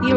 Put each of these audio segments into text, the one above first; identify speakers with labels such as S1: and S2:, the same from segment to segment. S1: You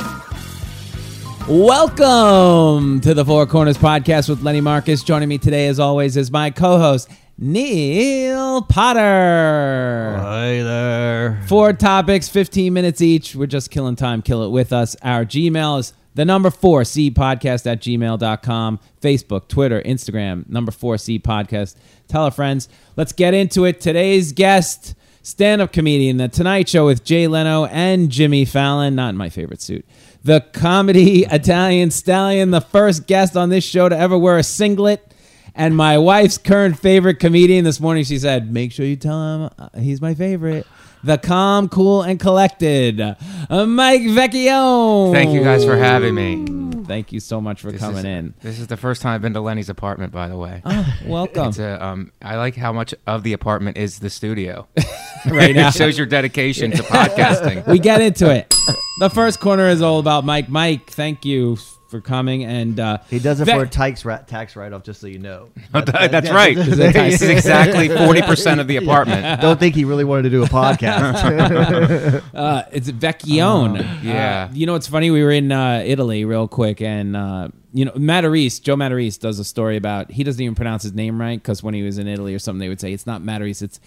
S2: Welcome to the Four Corners Podcast with Lenny Marcus. Joining me today, as always, is my co host, Neil Potter.
S3: Hi there.
S2: Four topics, 15 minutes each. We're just killing time. Kill it with us. Our Gmail is the number 4C podcast at gmail.com. Facebook, Twitter, Instagram, number 4C podcast. Tell our friends. Let's get into it. Today's guest, stand up comedian, The Tonight Show with Jay Leno and Jimmy Fallon. Not in my favorite suit. The comedy Italian stallion, the first guest on this show to ever wear a singlet. And my wife's current favorite comedian this morning, she said, "Make sure you tell him uh, he's my favorite." The calm, cool, and collected, uh, Mike Vecchio.
S4: Thank you guys for having me.
S2: Thank you so much for
S4: This
S2: coming
S4: is,
S2: in. Ah.
S4: This is the first time I've been to Lenny's apartment, by the way.
S2: Welcome.
S4: It's a, um, I like how much of the apartment is the studio.
S2: right now,
S4: it shows your dedication to podcasting.
S2: we get into it. The first corner is all about Mike. Mike, thank you for coming. And uh,
S5: He does it
S2: Vec-
S5: for a tax ra- tax write off, just so you know.
S4: That's right. This is exactly 40% of the apartment.
S5: Don't think he really wanted to do a podcast.
S2: Uh, it's Vecchione.
S4: yeah.
S2: Uh, you know, it's funny. We were in uh, Italy real quick, and uh, you know, Matarese, Joe Matarese does a story about he doesn't even pronounce his name right because when he was in Italy or something, they would say it's not Matarese, it's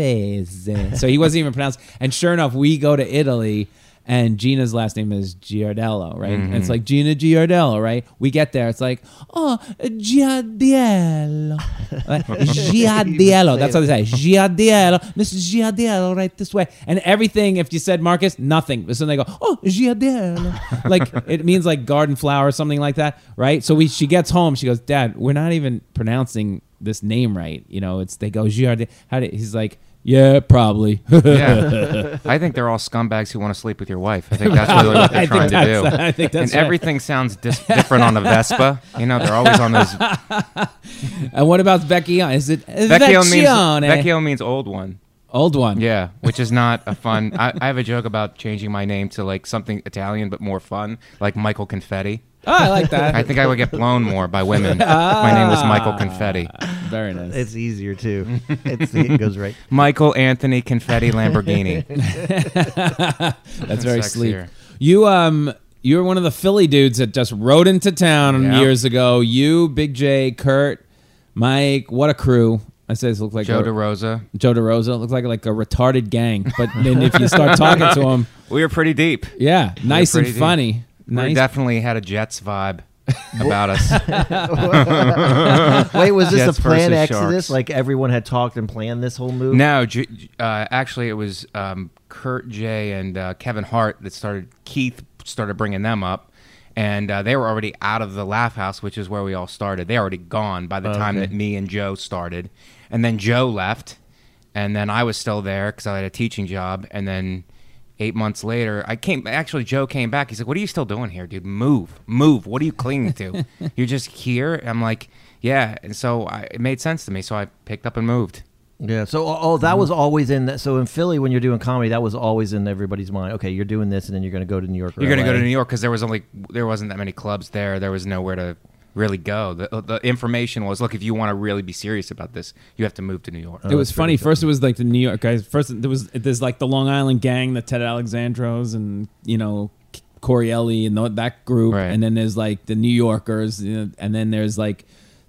S2: Matarese. so he wasn't even pronounced. And sure enough, we go to Italy. And Gina's last name is Giardello, right? And it's like Gina Giardello, right? We get there, it's like, oh, Giardello. Like, Giardello. That's how they say. Giardello. Mrs. Giardello, right this way. And everything, if you said Marcus, nothing. So they go, oh, Giardello. like, it means like garden flower or something like that, right? So we, she gets home. She goes, Dad, we're not even pronouncing this name right. You know, it's, they go, Giardello. How did, he's like, yeah, probably.
S4: Yeah. I think they're all scumbags who want to sleep with your wife. I think that's really what
S2: I
S4: they're
S2: think
S4: trying to do.
S2: that's- I think that's
S4: and
S2: right.
S4: everything sounds dis- different on a Vespa. You know, they're always on those.
S2: and what about Vecchione? Is it
S4: Vecchio
S2: Vecchione?
S4: means, Vecchio means old one.
S2: Old one.
S4: Yeah, which is not a fun. I, I have a joke about changing my name to like something Italian but more fun, like Michael Confetti.
S2: Oh, I like that.
S4: I think I would get blown more by women. if my name was Michael Confetti.
S2: Very nice.
S5: it's easier too. It's, it goes right.
S4: Michael Anthony Confetti Lamborghini.
S2: That's very
S4: Sexier.
S2: sleek. You um you were one of the Philly dudes that just rode into town
S4: Yeah.
S2: years ago. You, Big J, Kurt, Mike, what a crew. I say this looked like
S4: Joe
S2: a-
S4: DeRosa.
S2: Joe DeRosa looked like like a retarded gang. But then if you start talking to him,
S4: We were pretty deep.
S2: yeah, nice and
S4: pretty deep.
S2: funny.
S4: We
S2: Nice.
S4: definitely had a Jets vibe about us.
S5: Wait, was this
S4: Jets
S5: a planned
S4: versus
S5: exodus?
S4: Sharks.
S5: Like everyone had talked and planned this whole move?
S4: No, J- J- uh, actually, it was um, Kurt J and uh, Kevin Hart that started. Keith started bringing them up, and uh, they were already out of the Laugh House, which is where we all started. They already gone by the time that me and Joe started, and then Joe left, and then I was still there because I had a teaching job, and then. Eight months later, I came. Actually, Joe came back. He's like, "What are you still doing here, dude? Move, move. What are you clinging to? You're just here." I'm like, "Yeah." And so I, it made sense to me. So I picked up and moved.
S5: Yeah. So oh, oh, that was always in that. So in Philly, when you're doing comedy, that was always in everybody's mind. Okay, you're doing this, and then you're going to go to New York. or
S4: You're gonna go
S5: LA.
S4: to New York because there was only there wasn't that many clubs there. There was nowhere to really go. The, uh, the information was, look, if you want to really be serious about this, you have to move to New York.
S2: It was funny. First, it was like the New York guys. First, there was there's like the Long Island gang, the Ted Alexandros, and you know Corielli and tho- that group.
S4: Right.
S2: And then there's like the New Yorkers, you know, and then there's like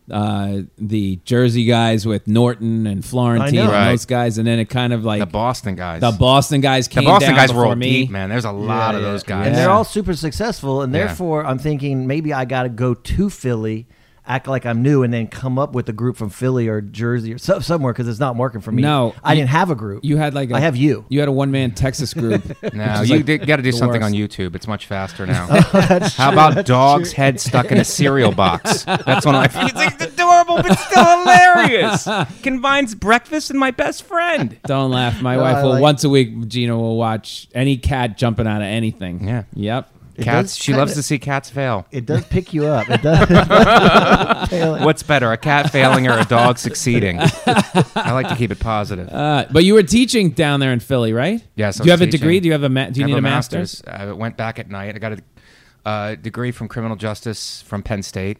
S2: uh, the Jersey guys with Norton and Florentine
S5: I
S2: and
S5: know.
S4: Right.
S2: those guys. And then it kind of like
S4: the Boston guys.
S2: the Boston guys
S4: The
S2: came.
S4: Boston
S2: down
S4: guys were
S2: before
S4: all
S2: me.
S4: deep, man. There's a lot of
S5: Yeah,
S4: those
S5: yeah.
S4: guys.
S5: And they're all super successful. And
S4: Yeah.
S5: therefore, I'm thinking maybe I got to go to Philly, act like I'm new, and then come up with a group from Philly or Jersey or so, somewhere because it's not working for me.
S2: No,
S5: I
S2: you-
S5: didn't have a group.
S2: You had like a,
S5: I have you.
S2: You had a one man Texas group.
S4: No,
S2: is
S4: you
S2: like
S4: got to do
S2: the
S4: something
S2: worst.
S4: on YouTube. It's much faster now. How about dog's head stuck in a cereal box? That's one of my. It's like, it's adorable, but still hilarious. Combines breakfast and my best friend.
S2: Don't laugh. My
S5: No,
S2: wife
S5: I
S2: will
S5: like-
S2: once a week. Gina will watch any cat jumping out of anything.
S4: Yeah.
S2: Yep.
S5: It
S4: Cats.
S5: does
S4: She
S5: kinda-
S4: loves to see cats fail.
S5: It does pick you up. It does.
S4: What's better, a cat failing or a dog succeeding? I like to keep it positive.
S2: Uh, but you were teaching down there in Philly, right?
S4: Yes. I
S2: Do you
S4: was
S2: have a
S4: teaching.
S2: degree? Do you have a ma- do you
S4: I have
S2: need
S4: a
S2: a master's?
S4: I went back at night. I got a uh, degree from criminal justice from Penn State,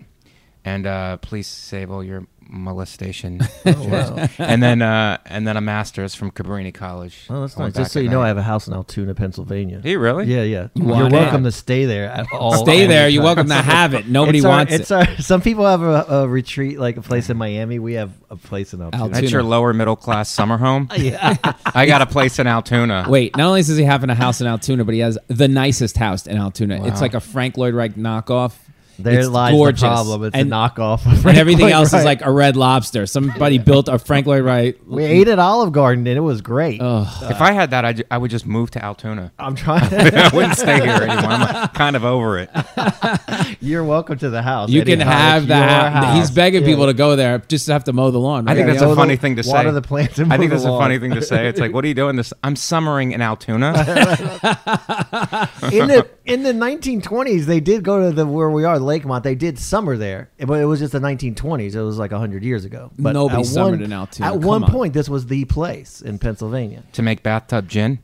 S4: and uh, please save all your molestation.
S5: Oh.
S4: And then uh, and then a master's from Cabrini College.
S5: Well, that's
S4: I
S5: nice.
S4: went
S5: Just
S4: back
S5: so
S4: at
S5: you know, I
S4: night.
S5: have a house in Altoona, Pennsylvania.
S4: Do you really?
S5: Yeah, yeah. You
S2: want
S5: are
S2: it.
S5: welcome to stay there at all.
S2: Stay
S5: any
S2: there. You're
S5: time.
S2: welcome to have it. Nobody
S5: It's our-
S2: wants
S5: it's
S2: it.
S5: Our, some people have a, a retreat, like a place in Miami. We have a place in Altoona.
S2: Altoona.
S4: That's your lower middle class summer home. I got a place in Altoona.
S2: Wait, not only does he have a house in Altoona, but he has the nicest house in Altoona. It's
S4: Wow.
S2: like a Frank Lloyd Wright knockoff.
S5: There
S2: it's
S5: lies
S2: gorgeous.
S5: the problem. It's
S2: and,
S5: a knockoff. of
S2: and everything
S5: Franklin
S2: else is
S5: Wright.
S2: like a red lobster. Somebody built a Frank Lloyd Wright.
S5: we ate at Olive Garden and it was great.
S4: if I had that, I, ju- I would just move to Altoona.
S5: I'm trying.
S4: I wouldn't stay here anymore. I'm kind of over it.
S5: You're welcome to the house.
S2: You
S5: Eddie
S2: can
S5: Hahn, it's
S2: have
S5: your
S2: that.
S5: house.
S2: He's begging
S5: Yeah.
S2: people to go there just to have to mow the lawn. Right?
S4: I think
S5: Yeah,
S4: that's a
S5: mow the-
S4: funny thing to say.
S5: water the plants and
S4: I think
S5: mow the
S4: that's a
S5: lawn.
S4: funny thing to say. It's like, what are you doing? This I'm summering in Altoona.
S5: in the in the 1920s they did go to the where we are Lakemont they did summer there but it was just the 1920s it was like 100 years ago but
S2: Nobody
S5: at
S2: summered
S5: one-
S2: in Altoona.
S5: at
S2: Come
S5: one
S2: on.
S5: point this was the place in Pennsylvania
S4: to make bathtub gin.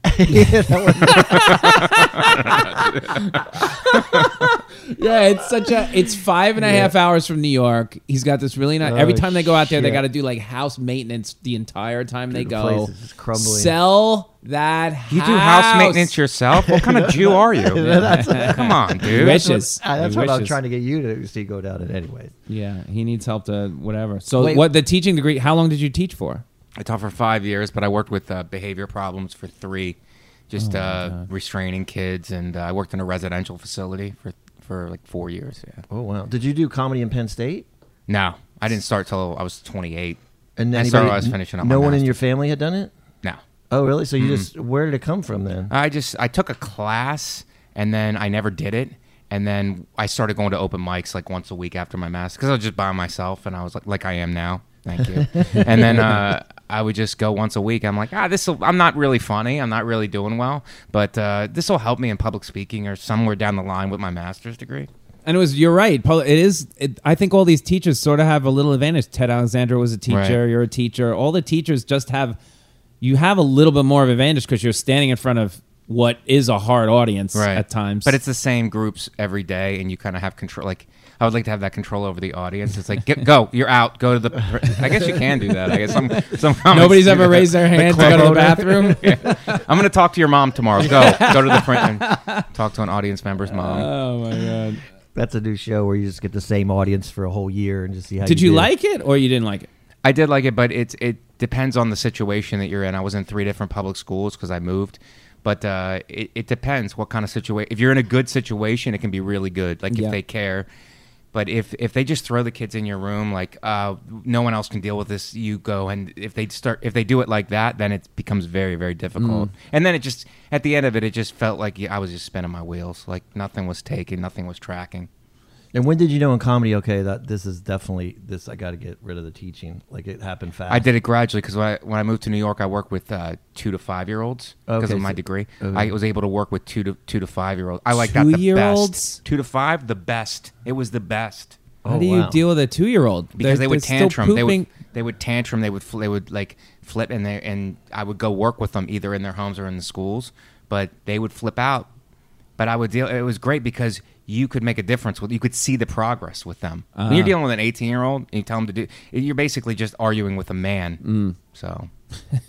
S2: Yeah, it's such a. It's five and a half hours from New York. He's got this really nice. every
S5: Oh,
S2: time they go out there, they
S5: shit.
S2: got to do like house maintenance the entire time they
S5: Dude, the
S2: go.
S5: place is just crumbling.
S2: Sell that house.
S4: You do house maintenance yourself? What kind of Jew are you? Come on, dude.
S2: Wishes.
S5: Uh, that's
S2: He
S5: what I'm
S2: wishes.
S5: trying to get you to see go down it anyway
S2: Yeah, he needs help to whatever. So
S5: Wait.
S2: what the teaching degree? How long did you teach for?
S4: I taught for five years, but I worked with uh, behavior problems for three,
S5: Oh
S4: just uh, restraining kids, and uh, I worked in a residential facility for for like four years. Yeah.
S5: oh wow did you do comedy in Penn State
S4: No, I didn't start till I was 28.
S5: and
S4: I started.
S5: anybody-
S4: when I was finishing up.
S5: no
S4: my
S5: one in
S4: master's.
S5: your family had done it
S4: No,
S5: oh really so you just where did it come from then
S4: I just I took a class and then I never did it. And then I started going to open mics like once a week after my master because I was just by myself and I was like like I am now. Thank you. and then uh, I would just go once a week. I'm like, ah, this I'm not really funny. I'm not really doing well, but uh, this will help me in public speaking or somewhere down the line with my master's degree.
S2: And it was you're right. Paul, It is. It, I think all these teachers sort of have a little advantage. Ted Alexander was a teacher.
S4: Right.
S2: You're a teacher. All the teachers just have. You have a little bit more of advantage because you're standing in front of what is a hard audience at times.
S4: But it's the same groups every day, and you kind of have control. Like I would like to have that control over the audience. It's like get, go, you're out, go to the. I guess you can do that. I guess some some comics
S2: Nobody's
S4: do
S2: ever
S4: that.
S2: raised their
S4: The
S2: hand to go to the
S4: club
S2: bathroom.
S4: owner. Yeah. I'm gonna talk to your mom tomorrow. Go go to the print and talk to an audience member's mom.
S2: Oh my god!
S5: that's a new show where you just get the same audience for a whole year and just see how
S2: Did you
S5: do.
S2: like it or you didn't like it?
S4: I did like it, but it it depends on the situation that you're in. I was in three different public schools because I moved. But uh, it, it depends what kind of situation. If you're in a good situation, it can be really good. Like
S2: Yeah.
S4: if they care. But if if they just throw the kids in your room, like uh, no one else can deal with this, you go. And if they start, if they do it like that, then it becomes very very difficult. And then it just at the end of it, it just felt like I was just spinning my wheels. Like nothing was taken, nothing was tracking.
S5: And when did you know in comedy? Okay, that this is definitely this. I got to get rid of the teaching. Like it happened fast.
S4: I did it gradually because when I, when I moved to New York, I worked with uh, two to five year olds because
S5: Okay,
S4: of my
S5: so-
S4: degree.
S5: okay.
S4: I was able to work with two to two to five year olds. I like that the
S2: Two-year-olds?
S4: best. Two to five, the best. It was the best
S2: How
S5: Oh,
S2: do you
S5: wow.
S2: deal with a two year old?
S4: because they would tantrum. They would they would tantrum. They would fl- they would like flip and they and I would go work with them either in their homes or in the schools. But they would flip out. But I would deal. It was great because you could make a difference with. You could see the progress with them. When you're dealing with an 18 year old, you tell them to do. You're basically just arguing with a man. So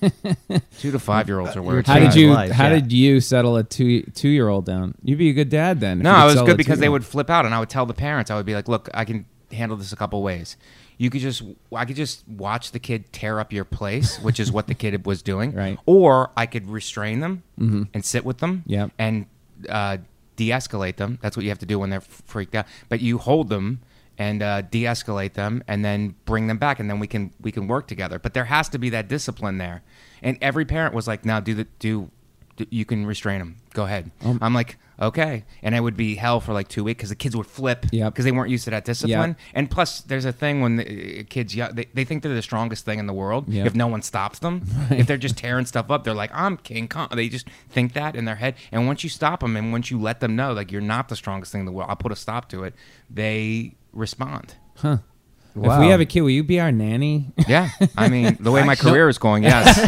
S4: two to five year olds are where. it's
S2: How
S5: Change
S2: did
S4: at.
S5: his
S2: you?
S5: life,
S2: how
S5: yeah.
S2: did you settle a two two year old down? You'd be a good dad then. if
S4: No,
S2: you could
S4: I was
S2: settle a
S4: good because they
S2: two-year-old.
S4: would flip out, and I would tell the parents. I would be like, "Look, I can handle this a couple ways. You could just, I could just watch the kid tear up your place, which is what the kid was doing,
S2: Right. Mm-hmm.
S4: Or I could restrain them and sit with them,
S2: Yep.
S4: and uh, de-escalate them. That's what you have to do when they're freaked out. But you hold them and uh, de-escalate them, and then bring them back, and then we can we can work together. But there has to be that discipline there. And every parent was like, "Now do the do." D- You can restrain them. Go ahead.
S2: Um,
S4: I'm like, okay. And it would be hell for like two weeks because the kids would flip because
S2: Yep.
S4: they weren't used to that discipipline. And plus, there's a thing when the uh, kids, yell- they, they think they're the strongest thing in the world
S2: Yeah.
S4: if no one stops them. If they're just tearing stuff up, they're like, I'm King Kong. They just think that in their head. And once you stop them and once you let them know, like, you're not the strongest thing in the world, I'll put a stop to it, they respond.
S2: Huh. If
S4: Wow.
S2: we have a kid, will you be our nanny?
S4: Yeah. I mean, the way my career is going, yes.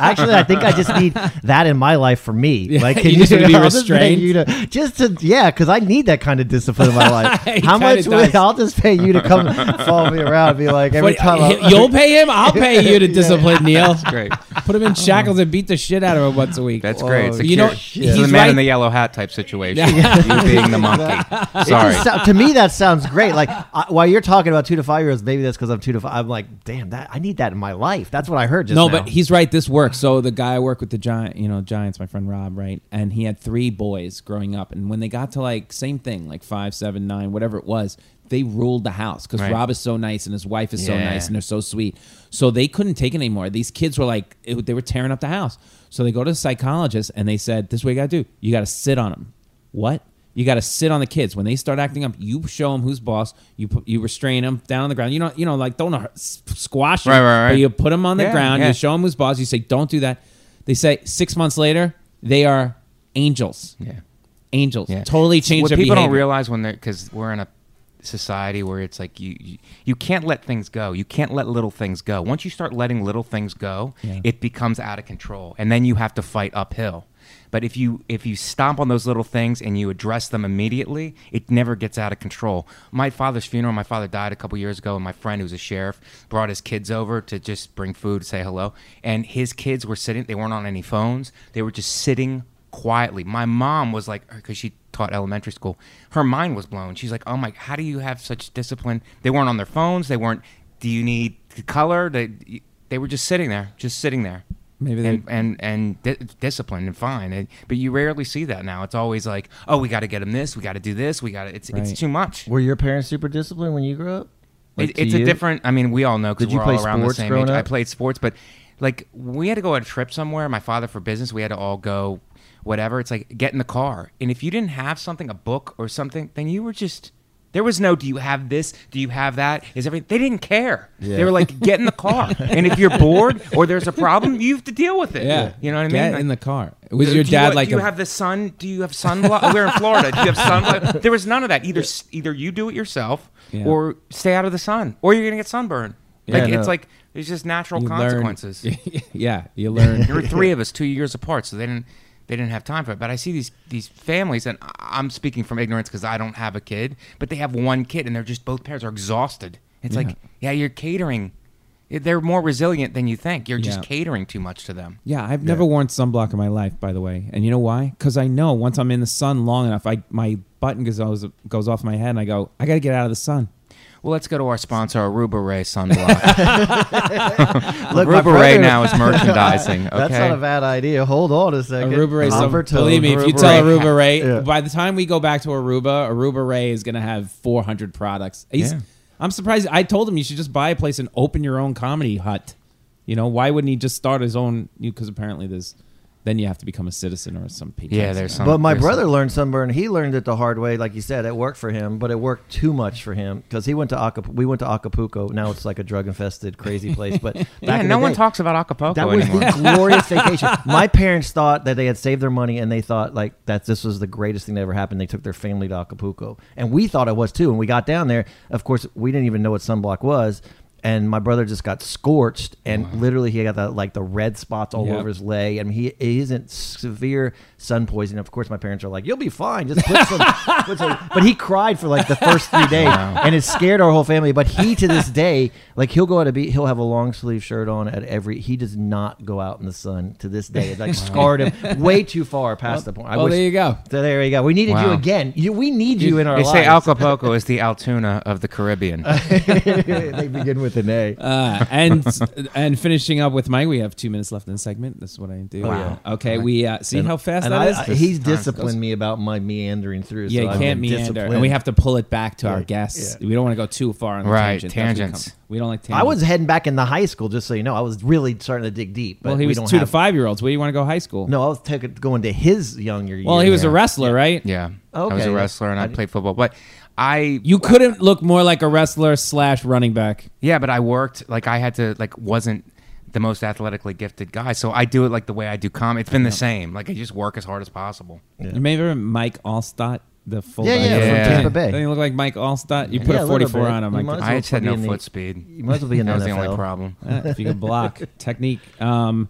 S5: Actually, I think I just need that in my life for me. like,
S2: you just wanna be
S5: I'll just pay
S2: restrained?
S5: You to, just to, yeah, because I need that kind of discipline in my life.
S2: He kinda
S5: How much? Would,
S2: does.
S5: I'll just pay you to come follow me around and be like every
S2: What,
S5: time.
S2: uh,
S5: I-
S2: you'll pay him. I'll pay you to discipline Neil.
S4: Great.
S2: Put him in shackles and beat the shit out of him once a week.
S4: That's great. It's a
S2: you
S4: cure-
S2: know,
S4: this is
S2: he's
S4: the man in
S2: right.
S4: the yellow hat type situation. you being the monkey.
S5: It
S4: Sorry.
S5: just sou- to me, that sounds great. Like I, while you're talking about two to five year olds, maybe that's because I'm two to five. I'm like, damn, that I need that in my life. That's what I heard just
S2: no,
S5: now.
S2: but he's right. This works. So the guy I work with, the giant, you know, Giants, my friend Rob, right? And he had three boys growing up, and when they got to like same thing, like five, seven, nine, whatever it was, they ruled the house because
S4: Right.
S2: Rob is so nice and his wife is so
S4: Yeah.
S2: nice and they're so sweet. So they couldn't take it anymore. These kids were like, it, they were tearing up the house. So they go to the psychologist and they said, "This is what you got to do. You got to sit on them. What?" You got to sit on the kids when they start acting up. You show them who's boss. You put, you restrain them down on the ground. You know you know like don't uh, s- squash them.
S4: Right, right, right.
S2: But you put them on the
S4: Yeah,
S2: ground.
S4: yeah.
S2: You show them who's boss. You say, "Don't do that." They say six months later, they are angels.
S4: Yeah.
S2: Angels
S4: Yeah.
S2: totally change
S4: what
S2: their
S4: people don't
S2: behavior.
S4: realize when they're because we're in a society where it's like you, you you can't let things go you can't let little things go once you start letting little things go
S2: Yeah.
S4: it becomes out of control and then you have to fight uphill but if you if you stomp on those little things and you address them immediately it never gets out of control my father's funeral my father died a couple years ago and my friend who's a sheriff brought his kids over to just bring food say hello and his kids were sitting they weren't on any phones they were just sitting quietly. My mom was like, because she taught elementary school, her mind was blown. She's like, oh my, how do you have such discipline? They weren't on their phones. They weren't. Do you need color? They they were just sitting there, just sitting there.
S2: Maybe they-
S4: and and and di- disciplined and fine. And- but you rarely see that now. It's always like, oh, we got to get them this. We got to do this. We got to. It's
S2: Right.
S4: it's too much.
S5: were your parents super disciplined when you grew up? Like,
S4: It,
S5: to
S4: it's
S5: you?
S4: a different. I mean, we all know because
S5: Did you
S4: we're
S5: play
S4: all around the
S5: sports
S4: same
S5: growing
S4: age. I
S5: up?
S4: played sports, but like we had to go on a trip somewhere. My father for business. We had to all go. Whatever. It's like get in the car, and if you didn't have something, a book or something, then you were just. There was no. Do you have this? Do you have that? Is everything? They didn't care. They were like, get in the car, and if you're bored or there's a problem, you have to deal with it.
S2: yeah,
S4: You know what I mean?
S2: Get
S4: Like-
S2: in the car. Was
S4: do
S2: your
S4: you-
S2: dad
S4: what-
S2: like
S4: Do you
S2: a
S4: have the sun? Do you have sunblock? We're in Florida. Do you have sunblock? There was none of that. Either s either you do it yourself,
S2: Yeah.
S4: or stay out of the sun, or you're gonna get sunburned. Like
S5: Yeah,
S4: it's
S5: no.
S4: like there's just natural
S2: you learn-
S4: consequences.
S2: yeah, you learn.
S4: there were three of us, two years apart, so they didn't they didn't have time for it. But I see these these families, and I- I'm speaking from ignorance because I don't have a kid, but they have one kid, and they're just both parents are exhausted. It's like yeah, you're catering. They're more resilient than you think. You're just
S2: Yeah.
S4: catering too much to them.
S2: Yeah, I've never worn sunblock in my life, by the way. And you know why? Because I know once I'm in the sun long enough, I my button goes goes off my head, and I go, I got to get out of the sun.
S4: Well, let's go to our sponsor, Aruba Ray Sunblock.
S5: Look,
S4: Aruba
S5: my
S4: Ray
S5: brother-
S4: now is merchandising. Okay.
S5: That's not a bad idea. Hold on a second.
S2: Aruba Ray, some,
S5: Copper tone.
S2: believe me, if you
S5: Aruba
S2: tell
S5: Ray.
S2: Aruba Ray,
S5: Yeah.
S2: by the time we go back to Aruba, Aruba Ray is going to have 400 products. He's,
S4: Yeah.
S2: I'm surprised. I told him you should just buy a place and open your own comedy hut. You know, why wouldn't he just start his own? Because apparently there's, then you have to become a citizen or some people.
S4: yeah, there's some.
S5: But my
S4: there's
S5: brother learned sunburn. He learned it the hard way, like you said. It worked for him, but it worked too much for him because he went to Acapulco. We went to Acapulco. Now it's like a drug infested, crazy place. But back
S4: Some, yeah,
S5: in
S4: no
S5: the
S4: one
S5: day,
S4: talks about Acapulco
S5: That was
S4: anymore.
S5: the glorious vacation. My parents thought that they had saved their money, and they thought like that this was the greatest thing that ever happened. They took their family to Acapulco, and we thought it was too. And we got down there. Of course, we didn't even know what sunblock was. And my brother just got scorched, and literally he got the, like the red spots all
S2: Yep.
S5: over his leg. I mean, he, he isn't severe sun poisoning. Of course, my parents are like, "You'll be fine. Just put some." put some-" But he cried for like the first three days, and it scared our whole family. But he to this day, like he'll go out a beat, he'll have a long sleeve shirt on at every. He does not go out in the sun to this day. It like scarred him way too far past the point. I
S2: Well, there you go.
S5: So there you go. We needed you
S4: Wow.
S5: again. You, we need you in our
S4: They
S5: lives.
S4: say Acapulco is the Altoona of the Caribbean.
S5: they begin with with an A.
S2: Uh, and and finishing up with Mike, we have two minutes left in the segment. That's what I do.
S5: Wow.
S2: Okay, we uh, see how fast
S5: and
S2: that
S5: I,
S2: is.
S5: I- he's
S4: time
S5: disciplined me about my meandering through.
S2: yeah,
S5: so
S2: you
S5: I've
S2: can't
S5: been
S2: meander,
S5: disciplined.
S2: and we have to pull it back to our
S5: Yeah,
S2: guests.
S5: yeah.
S2: We don't want to go too far on the
S4: Right,
S2: tangent. That's what we
S4: tangents.
S2: come- We don't like tangents.
S5: I was heading back into high school, just so you know. I was really starting to dig deep. But
S2: well, he
S5: we
S2: was
S5: don't
S2: two to
S5: have-
S2: five year olds. Where do you want to go high school?
S5: No, I was taking, going to his younger years.
S2: Well, he was a
S4: Yeah.
S2: wrestler, right?
S4: Yeah. I was
S5: Okay.
S4: a wrestler and I,
S5: I-
S4: played football, but I
S2: You couldn't look more like a wrestler slash running back.
S4: yeah, but I worked like I had to like wasn't the most athletically gifted guy, so I do it like the way I do comedy. It's been the same. Like I just work as hard as possible.
S2: You remember Mike Allstott, the fullback?
S5: yeah,
S4: from
S2: Doesn't-
S4: Tampa
S5: Bay.
S2: Doesn't he look like Mike Allstott? You put
S5: Yeah,
S2: a
S5: a little
S2: 44
S5: bit.
S2: on him.
S5: You
S2: I
S5: might as
S4: I
S5: well
S4: just had
S5: be
S4: no
S5: in the-
S4: foot speed.
S5: You might as well be in
S4: that
S5: the
S4: was the only
S5: NFL.
S4: problem.
S2: Uh, if you can block technique. Um,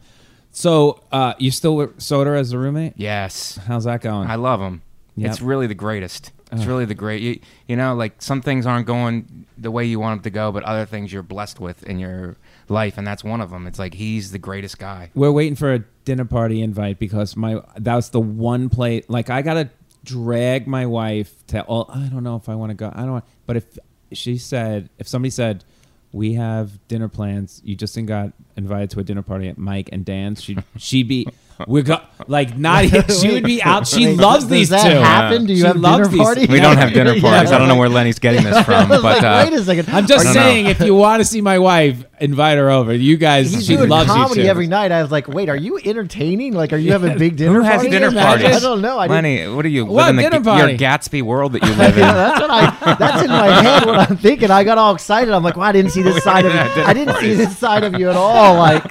S2: so uh, you still with Soder as a roommate?
S4: Yes.
S2: How's that going?
S4: I love him.
S2: Yep.
S4: It's really the greatest. It's really the great. You, you know, like some things aren't going the way you want them to go, but other things you're blessed with in your life, and that's one of them. It's like he's the greatest guy.
S2: We're waiting for a dinner party invite because my that's the one place. Like I gotta drag my wife to. All, I don't know if I want to go. I don't. want But if she said, if somebody said, we have dinner plans. You just got invited to a dinner party at Mike and Dan's. She she'd be. We got like not. She would be out. She
S5: Wait,
S2: loves
S5: does
S2: these
S5: that
S2: two.
S5: happen? Do you
S2: She
S5: have
S2: loves
S5: dinner
S2: these-
S5: parties?
S4: We don't have dinner
S5: Yeah.
S4: parties. I don't know where Lenny's getting this from,
S5: I was
S4: but
S5: like,
S4: uh,
S5: wait a second.
S2: I'm just
S4: I don't know.
S2: saying, if you want to see my wife, invite her over. You guys,
S5: He's
S2: she
S5: doing
S2: loves
S5: comedy
S2: you too.
S5: every night. I was like, wait, are you entertaining? Like, are you having big dinner?
S4: who has
S5: parties?
S4: dinner
S2: imagine?
S4: parties?
S5: I don't know. I didn't-
S4: Lenny, what are you
S2: What,
S4: living
S2: dinner
S4: the,
S2: party?
S4: your Gatsby world that you live in?
S5: Yeah, that's what I. That's in my head what I'm thinking. I got all excited. I'm like, well, I didn't see this side of you. I didn't see this side of you at all. Like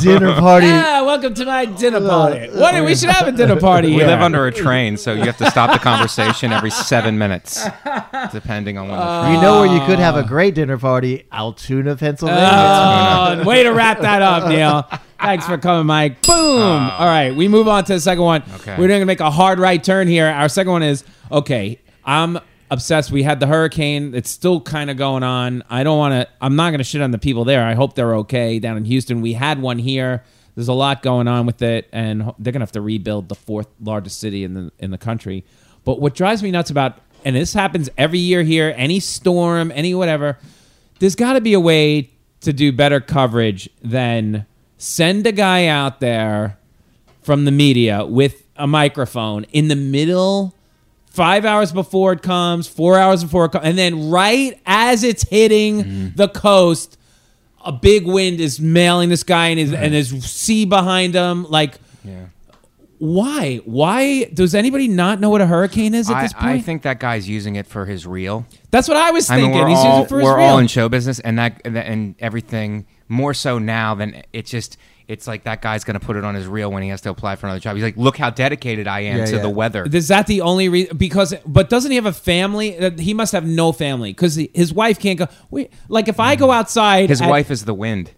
S5: dinner party.
S2: Ah, welcome to my dinner party. What? We should have a dinner party.
S4: We
S2: here.
S4: live under a train, so you have to stop the conversation every seven minutes, depending on when. the train
S5: You know where you could have
S2: Ah.
S5: a great dinner party? Altoona, Pennsylvania.
S2: Oh, way to wrap that up, Neil. Thanks for coming, Mike. Boom. All right, we move on to the second one.
S4: Uh, Okay.
S2: We're going to make a hard right turn here. Our second one is okay, I'm obsessed. We had the hurricane, it's still kind of going on. I don't want to, I'm not going to shit on the people there. I hope they're okay down in Houston. We had one here. There's a lot going on with it, and ho- they're going to have to rebuild the fourth largest city in the, in the country. But what drives me nuts about, and this happens every year here, any storm, any whatever, there's got to be a way to do better coverage than send a guy out there from the media with a microphone in the middle five hours before it comes four hours before it comes and then right as it's hitting
S4: Mm-hmm.
S2: the coast a big wind is mailing this guy and his and his sea behind him like why why does anybody not know what a hurricane is at
S4: I,
S2: this point
S4: I think that guy's using it for his reel.
S2: that's what i was
S4: I mean,
S2: thinking
S4: we're,
S2: he's
S4: all,
S2: using it for his
S4: we're all
S2: reel.
S4: in show business, and that and- and everything more so now than it's just. It's like that guy's gonna put it on his reel when he has to apply for another job. He's like, "Look how dedicated I am
S5: Yeah,
S4: to
S5: yeah.
S4: the weather."
S2: Is that the only reason? Because, but doesn't he have a family? Uh, He must have no family because his wife can't go. We, like if I go outside,
S4: Mm. his
S2: at-
S4: wife is the wind.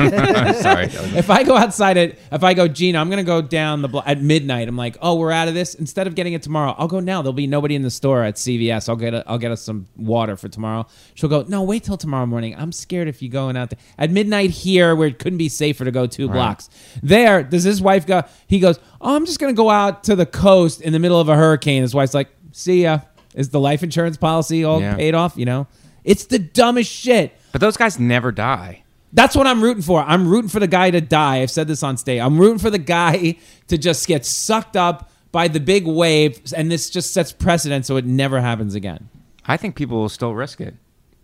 S4: Sorry, that was-
S2: If I go outside at, if I go, Gina, I'm gonna go down the block at midnight. I'm like, oh, we're out of this. Instead of getting it tomorrow, I'll go now. There'll be nobody in the store at CVS. I'll get, a, I'll get us some water for tomorrow. She'll go, no, wait till tomorrow morning. I'm scared if you going out there at midnight here where it couldn't be safer to go two blocks. There, does his wife go? He goes, oh, I'm just gonna go out to the coast in the middle of a hurricane. His wife's like, see ya. Is the life insurance policy all
S4: Yeah.
S2: paid off? You know, it's the dumbest shit.
S4: but those guys never die.
S2: That's what I'm rooting for. I'm rooting for the guy to die. I've said this on stage. I'm rooting for the guy to just get sucked up by the big wave, and this just sets precedent so it never happens again.
S4: I think people will still risk it.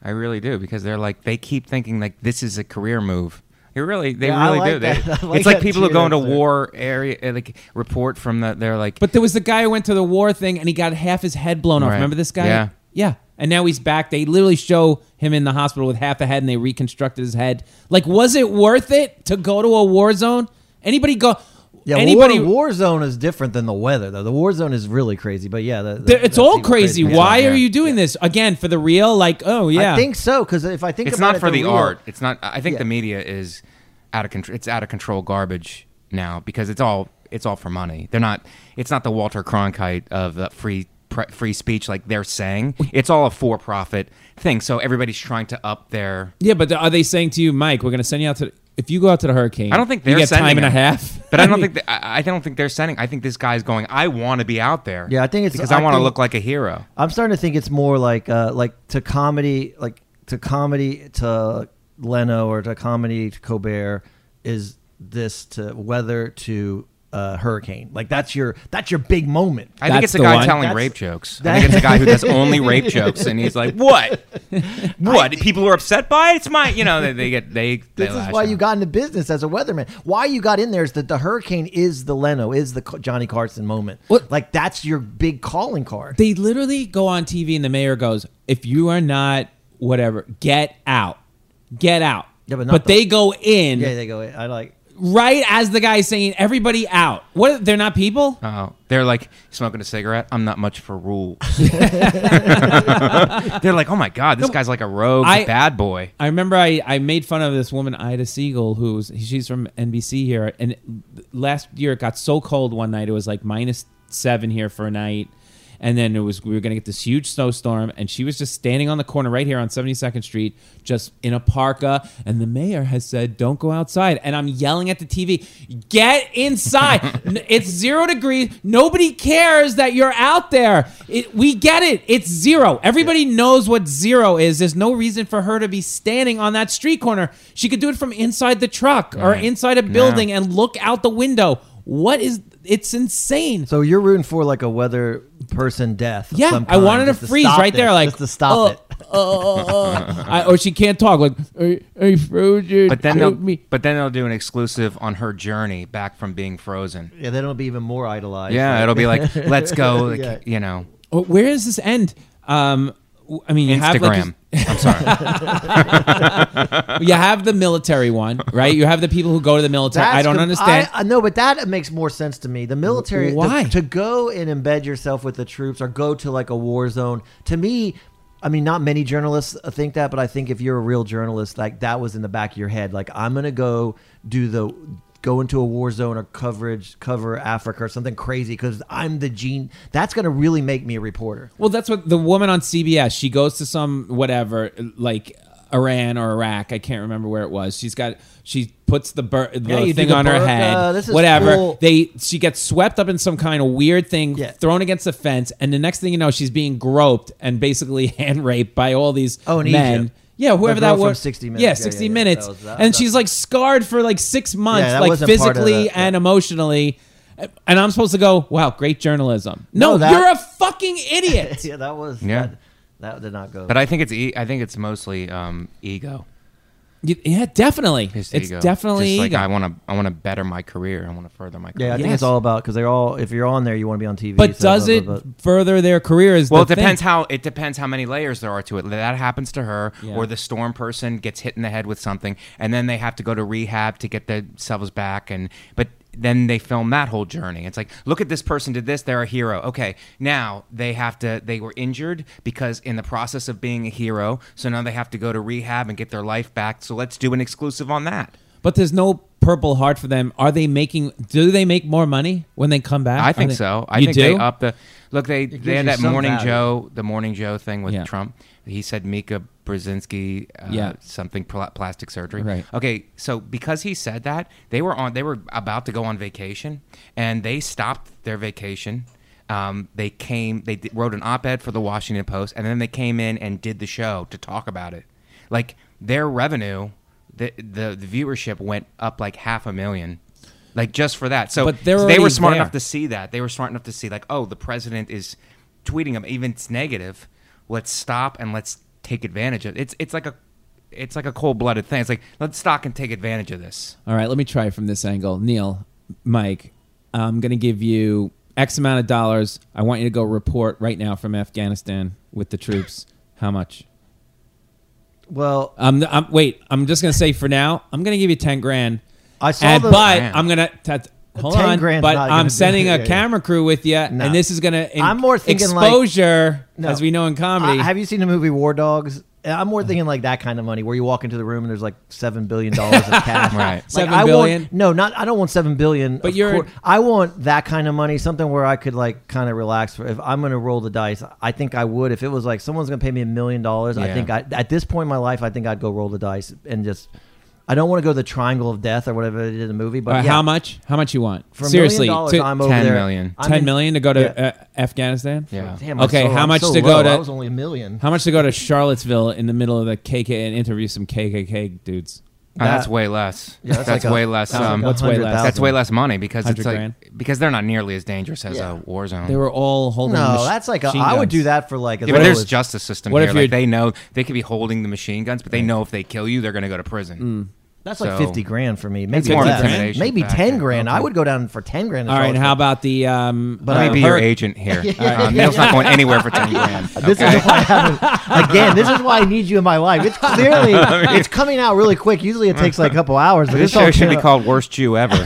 S4: I really do because they're like they keep thinking like this is a career move. It really, they
S5: Yeah, I
S4: really
S5: like
S4: do. They,
S5: that. I like
S4: it's like
S5: that
S4: people
S5: too,
S4: who go into
S5: that's it.
S4: war area uh, like report from the. They're like,
S2: But there was the guy who went to the war thing and he got half his head blown off.
S4: Right.
S2: Remember this guy?
S4: Yeah.
S2: Yeah. And now he's back. They literally show him in the hospital with half a head and they reconstructed his head. Like, was it worth it to go to a war zone? Anybody go?
S5: Yeah,
S2: anybody,
S5: war, war zone is different than the weather though. The war zone is really crazy, but yeah, the,
S2: Th- it's all crazy. Why
S4: Yeah.
S2: are you doing this? Again, for the real? Like, oh, yeah.
S5: I think so because if I think
S4: it's
S5: about
S4: not
S5: it,
S4: for the,
S5: real-
S4: art. It's not. I think
S5: Yeah.
S4: the media is out of control. It's out of control garbage now because it's all it's all for money. They're not. It's not the Walter Cronkite of uh, free pre, free speech like they're saying. It's all a for profit thing. So everybody's trying to up their.
S2: Yeah, but are they saying to you, Mike, we're going to send you out to? If you go out to the hurricane,
S4: I don't think
S2: you
S4: they're
S2: get
S4: sending
S2: time and a
S4: him.
S2: half.
S4: But I don't think th- I I don't think they're sending. I think this guy's going. I want to be out there.
S5: Yeah, I think it's-
S4: because
S5: I
S4: I, want to
S5: think-
S4: look like a hero.
S5: I'm starting to think it's more like uh, like to comedy, like to comedy to Leno or to comedy to Colbert is this to weather to uh, hurricane. Like that's your that's your big moment.
S4: I think
S2: That's
S4: it's a
S2: the
S4: guy
S2: one.
S4: telling
S5: That's-
S4: rape jokes. I think it's a guy who does only rape jokes, and he's like, "What? What? People are upset by it? It's my, you know, they, they get they." they
S5: This is
S4: lash
S5: why
S4: out.
S5: you got into business as a weatherman. Why you got in there is that the hurricane is the Leno is the Johnny Carson moment.
S2: What-
S5: Like that's your big calling card.
S2: They literally go on TV and the mayor goes, "If you are not whatever, get out, get out."
S5: Yeah, but not the-
S2: they go in
S5: yeah, they go. I like.
S2: right as the guy's saying, "Everybody out." What? They're not people.
S4: Oh, they're like smoking a cigarette. I'm not much for rules. they're like, "Oh my god, this guy's like a rogue
S2: I-
S4: bad boy."
S2: I remember I, I made fun of this woman Ida Siegel who's she's from NBC here and last year it got so cold one night it was like minus 7 here for a night and then it was we were going to get this huge snowstorm and she was just standing on the corner right here on 72nd Street just in a parka and the mayor has said don't go outside and I'm yelling at the TV get inside N- it's 0 degrees nobody cares that you're out there it, we get it it's 0 everybody knows what 0 is there's no reason for her to be standing on that street corner she could do it from inside the truck or
S4: Right.
S2: inside a
S4: Yeah.
S2: building and look out the window. What is? It's insane.
S5: So you're rooting for like a weather person death. of
S2: yeah,
S5: some
S2: I wanted
S5: kind,
S2: to
S5: just
S2: freeze
S5: stop
S2: right
S5: this,
S2: there, like
S5: just to stop
S2: oh,
S5: it.
S2: oh, oh, oh. I, or she can't talk. Like, are, are you frozen?
S4: But then
S2: Help
S4: they'll
S2: me.
S4: but then they'll do an exclusive on her journey back from being frozen.
S5: Yeah, then it'll be even more idolized.
S4: Yeah, it'll be like, "Let's go," like,
S5: Yeah.
S4: you know,
S2: Oh, where does this end? Um, w- I mean, you have like,
S4: Instagram. I'm sorry.
S2: you have the military one, right? You have the people who go to the military. I don't
S5: com-
S2: understand.
S5: I, I know, but that makes more sense to me. The military, the-
S2: Why?
S5: to go and embed yourself with the troops or go to like a war zone? To me, I mean, not many journalists uh, think that, but I think if you're a real journalist, like that was in the back of your head. Like I'm gonna go do the go into a war zone or coverage cover Africa or something crazy because I'm the gene. That's gonna really make me a reporter.
S2: Well, that's what the woman on CBS. She goes to some whatever, like Iran or Iraq. I can't remember where it was. She's got she puts the, bur- the
S5: Yeah, you do
S2: thing
S5: the
S2: on her
S5: burqa.
S2: head.
S5: uh, This is
S2: whatever
S5: cool.
S2: they, she gets swept up in some kind of weird thing,
S5: Yeah.
S2: thrown against the fence, and the next thing you know, she's being groped and basically hand raped by all these
S5: Oh, in
S2: men.
S5: Egypt.
S2: Yeah, whoever
S5: girl
S2: that
S5: from
S2: was.
S5: 60 Minutes.
S2: Yeah,
S5: Yeah,
S2: 60
S5: yeah, yeah.
S2: minutes.
S5: That was- that-
S2: and
S5: that-
S2: she's like scarred for like six months,
S5: that
S2: like
S5: wasn't part of
S2: physically
S5: that,
S2: and
S5: yeah.
S2: emotionally. And I'm supposed to go, wow, great journalism. No,
S5: No, that-
S2: you're a fucking idiot.
S5: yeah, that was
S4: Yeah.
S5: That, that did not go.
S4: But I think it's e- I think it's mostly um, ego.
S2: Y- Yeah, definitely.
S4: His
S2: it's
S4: ego.
S2: definitely
S4: Just like
S2: ego.
S4: I want to I want to better my career. I want to further my career.
S5: yeah, I think
S2: Yes.
S5: it's all about because they're all. If you're on there, you want to be on TV.
S2: but
S5: so
S2: does
S5: blah,
S2: it
S5: blah, blah.
S2: further their careers?
S4: Well, it depends how it depends how many layers there are to it. That happens to her,
S2: Yeah.
S4: or the storm person gets hit in the head with something, and then they have to go to rehab to get themselves back. And but then they film that whole journey. It's like, look at this person did this; they're a hero. Okay, now they have to. They were injured because in the process of being a hero, so now they have to go to rehab and get their life back. So let's do an exclusive on that.
S2: But there's no purple heart for them. Are they making? Do they make more money when they come back?
S4: I
S2: Are
S4: think
S2: they-
S4: so. I
S2: you
S4: think
S2: do.
S4: they up the look. They they
S5: gives
S4: had
S5: you
S4: that
S5: some
S4: morning
S5: value.
S4: Joe, the morning Joe thing with
S2: Yeah.
S4: Trump. He said Mika Brzezinski, uh,
S2: Yeah.
S4: something pl- plastic surgery.
S2: Right.
S4: Okay, so because he said that, they were on. They were about to go on vacation, and they stopped their vacation. Um, they came. They d- wrote an op-ed for the Washington Post, and then they came in and did the show to talk about it. Like their revenue, the the, the viewership went up like half a million. Like just for that, so
S2: But they're
S4: so they were
S2: already
S4: smart
S2: there.
S4: enough to see that. They were smart enough to see like, oh, the president is tweeting him, even it's negative. Let's stop and let's take advantage of it. It's it's like a it's like a cold blooded thing. It's like let's stop and take advantage of this.
S2: All right, let me try from this angle. Neil, Mike, I'm going to give you X amount of dollars. I want you to go report right now from Afghanistan with the troops. How much?
S5: Well,
S2: Um, I'm, wait, I'm just gonna say for now, I'm gonna give you ten grand.
S5: I saw
S2: and,
S5: the-
S2: but
S4: Man.
S2: I'm gonna t- hold
S5: 10
S2: on.
S5: grand's
S2: But
S5: not gonna
S2: I'm
S5: do
S2: sending
S5: it.
S2: a
S5: Yeah, yeah.
S2: camera crew with you,
S5: No.
S2: and this is gonna. in-
S5: I'm more thinking like-
S2: exposure,
S5: No.
S2: as we know in comedy.
S5: Uh, have you seen the movie War Dogs? And I'm more thinking like that kind of money, where you walk into the room and there's like seven billion dollars of cash.
S4: Right.
S5: Like,
S2: Seven
S5: I
S2: billion?
S5: Want, no, not. I don't want seven billion.
S2: But
S5: of
S2: you're-
S5: cour- I want that kind of money, something where I could like kind of relax. For, if I'm going to roll the dice, I think I would. If it was like someone's going to pay me a million dollars, I
S4: Yeah.
S5: think I, at this point in my life, I think I'd go roll the dice and just. I don't want to go to the triangle of death or whatever they did in the movie, but
S2: Uh,
S5: yeah,
S2: How much? How much you want?
S5: For a million
S2: Seriously,
S5: dollars,
S2: to-
S5: I'm over
S4: 10
S5: there.
S4: million.
S5: I'm
S2: 10
S5: in-
S2: million to go to
S5: Yeah.
S2: uh, Afghanistan.
S4: Yeah.
S5: Damn, I'm
S2: okay,
S5: so-
S2: how
S5: I'm
S2: much
S5: so
S2: to
S5: low.
S2: go
S5: I
S2: to?
S5: was only a million.
S2: How much to go to Charlottesville in the middle of the KK and interview some KKK dudes?
S4: Oh, that's
S5: That-
S4: way less.
S5: Yeah,
S4: that's
S5: that's like a-
S4: way less.
S5: that was like
S4: Um,
S5: a
S2: What's way
S5: hundred
S2: less?
S5: thousand.
S4: that's way less money because it's
S2: 100
S4: like
S2: grand.
S4: because they're not nearly as dangerous as
S5: Yeah.
S4: a war zone.
S2: They were all holding.
S5: No,
S2: mach-
S5: that's like a,
S2: machine
S5: I would
S2: guns.
S5: do that for like. As
S4: yeah, but
S5: little
S4: there's
S5: as-
S4: justice system
S2: What
S4: here.
S2: if
S4: like
S2: you're-
S4: they know they could be holding the machine guns, but they know if they kill you, they're going to go to
S2: Mm.
S4: prison.
S5: That's like
S4: so-
S5: fifty grand for me. Maybe
S4: more
S5: more
S4: of an
S5: that.
S4: intimidation
S5: Maybe
S4: factor.
S5: ten grand. I would go down for ten grand. to
S2: All right,
S5: Charlottesville.
S2: how about the um?
S5: But
S4: Let
S5: uh,
S4: me be your
S2: her-
S4: agent here. Uh, Neil's not going anywhere for ten grand.
S5: This
S4: okay?
S5: is why I haven't, again. This is why I need you in my life. It's clearly it's coming out really quick. Usually it takes like a couple hours, but
S4: this
S5: it's
S4: show
S5: all
S4: should be
S5: came out-
S4: called "Worst Jew Ever."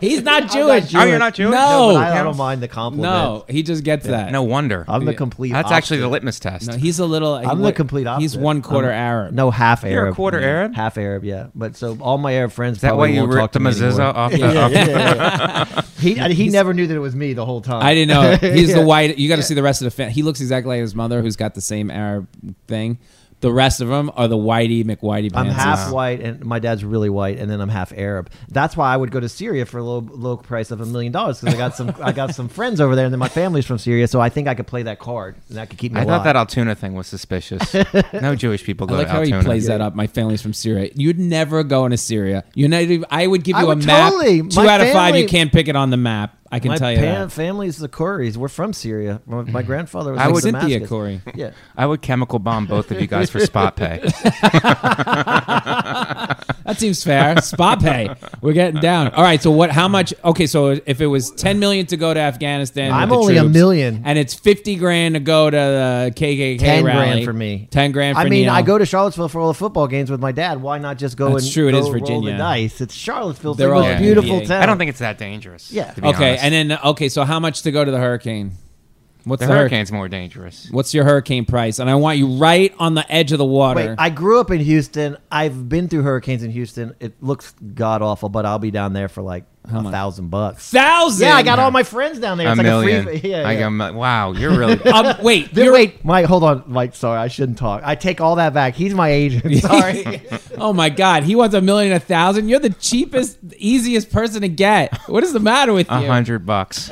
S2: He's not Jewish.
S4: Jewish. Oh, you're not Jewish?
S5: No, but
S2: No,
S5: I, I don't mind the compliment.
S2: no, he just gets that.
S4: no wonder.
S5: I'm the
S2: Yeah.
S5: complete.
S4: That's actually the
S5: opposite.
S4: litmus test.
S2: no, he's a little.
S5: I'm the complete opposite.
S2: He's one quarter
S5: I'm-
S2: Arab.
S5: No, half Arab.
S4: You're a quarter Arab?
S5: Half Arab, yeah. But so all my Arab friends.
S4: is that why
S5: probably
S4: you
S5: won't talk
S4: ripped
S5: to
S4: the
S5: me anymore.
S4: mezuzah off the?
S5: Yeah,
S4: off the-
S5: yeah, yeah, yeah. He I- he never knew that it was me the whole time.
S2: I didn't know. He's
S5: Yeah.
S2: the white. You got to see the rest of the fan. He looks exactly like his mother, who's got the same Arab thing. The rest of them are the whitey McWhitey pants.
S5: I'm half white, and my dad's really white, and then I'm half Arab. That's why I would go to Syria for a low, low price of a million dollars because I got some I got some friends over there, and then my family's from Syria, so I think I could play that card, and that could keep me.
S4: I
S5: alive.
S4: thought that Altoona thing was suspicious. no Jewish people
S2: I
S4: go
S2: like
S4: to
S2: how he
S4: Altoona.
S2: plays that up. My family's from Syria. You'd never go into Syria. You're not even, I would give
S5: I
S2: you a
S5: would
S2: map.
S5: totally.
S2: Two
S5: My
S2: out of five, you
S5: family-
S2: can't pick it on the map. I can
S5: my
S2: tell you
S5: pa-
S2: that. Hmm.
S5: family's the Corys. We're from Syria. My, my grandfather was
S4: I
S5: from
S4: would-
S2: Cynthia
S5: Damascus.
S2: Corey.
S5: Yeah.
S4: I would chemical bomb both of you guys for spot pay.
S2: That seems fair. Spot pay. We're getting down. All right. So what? How much? Okay. So if it was ten million to go to Afghanistan, with
S5: I'm
S2: the
S5: only a
S2: troops,
S5: million.
S2: and it's fifty grand to go to the KKK
S5: 10
S2: rally.
S5: grand for me.
S2: Ten grand. For
S5: I mean,
S2: Neil.
S5: I go to Charlottesville for all the football games with my dad. Why not just go
S2: That's
S5: and
S2: true, it
S5: Go
S2: is
S5: roll the
S2: Virginia.
S5: dice? It's Charlottesville. It's
S2: They're
S5: the
S2: all
S5: most
S2: in
S5: beautiful
S2: NBA.
S5: town.
S4: I don't think it's that dangerous.
S5: Yeah.
S4: to be
S2: Okay,
S4: honest.
S2: and then okay, so how much to go to the hurricane? What's
S4: the
S2: the, hurricane?
S4: hurricane's more dangerous.
S2: What's your hurricane price? And I want you right on the edge of the water.
S5: Wait, I grew up in Houston. I've been through hurricanes in Houston. It looks god awful, but I'll be down there for like a thousand bucks.
S2: thousand.
S5: Yeah, I got all my friends down there.
S4: A
S5: It's like
S4: million.
S5: a free. Yeah,
S4: I
S5: yeah.
S4: got mi- wow, you're really.
S2: Um, wait,
S5: Dude,
S2: you're,
S5: wait, Mike, hold on, Mike. Sorry, I shouldn't talk. I take all that back. He's my agent. Sorry.
S2: Oh my God, he wants a million, a thousand. You're the cheapest, easiest person to get. What is the matter with you?
S4: A hundred bucks.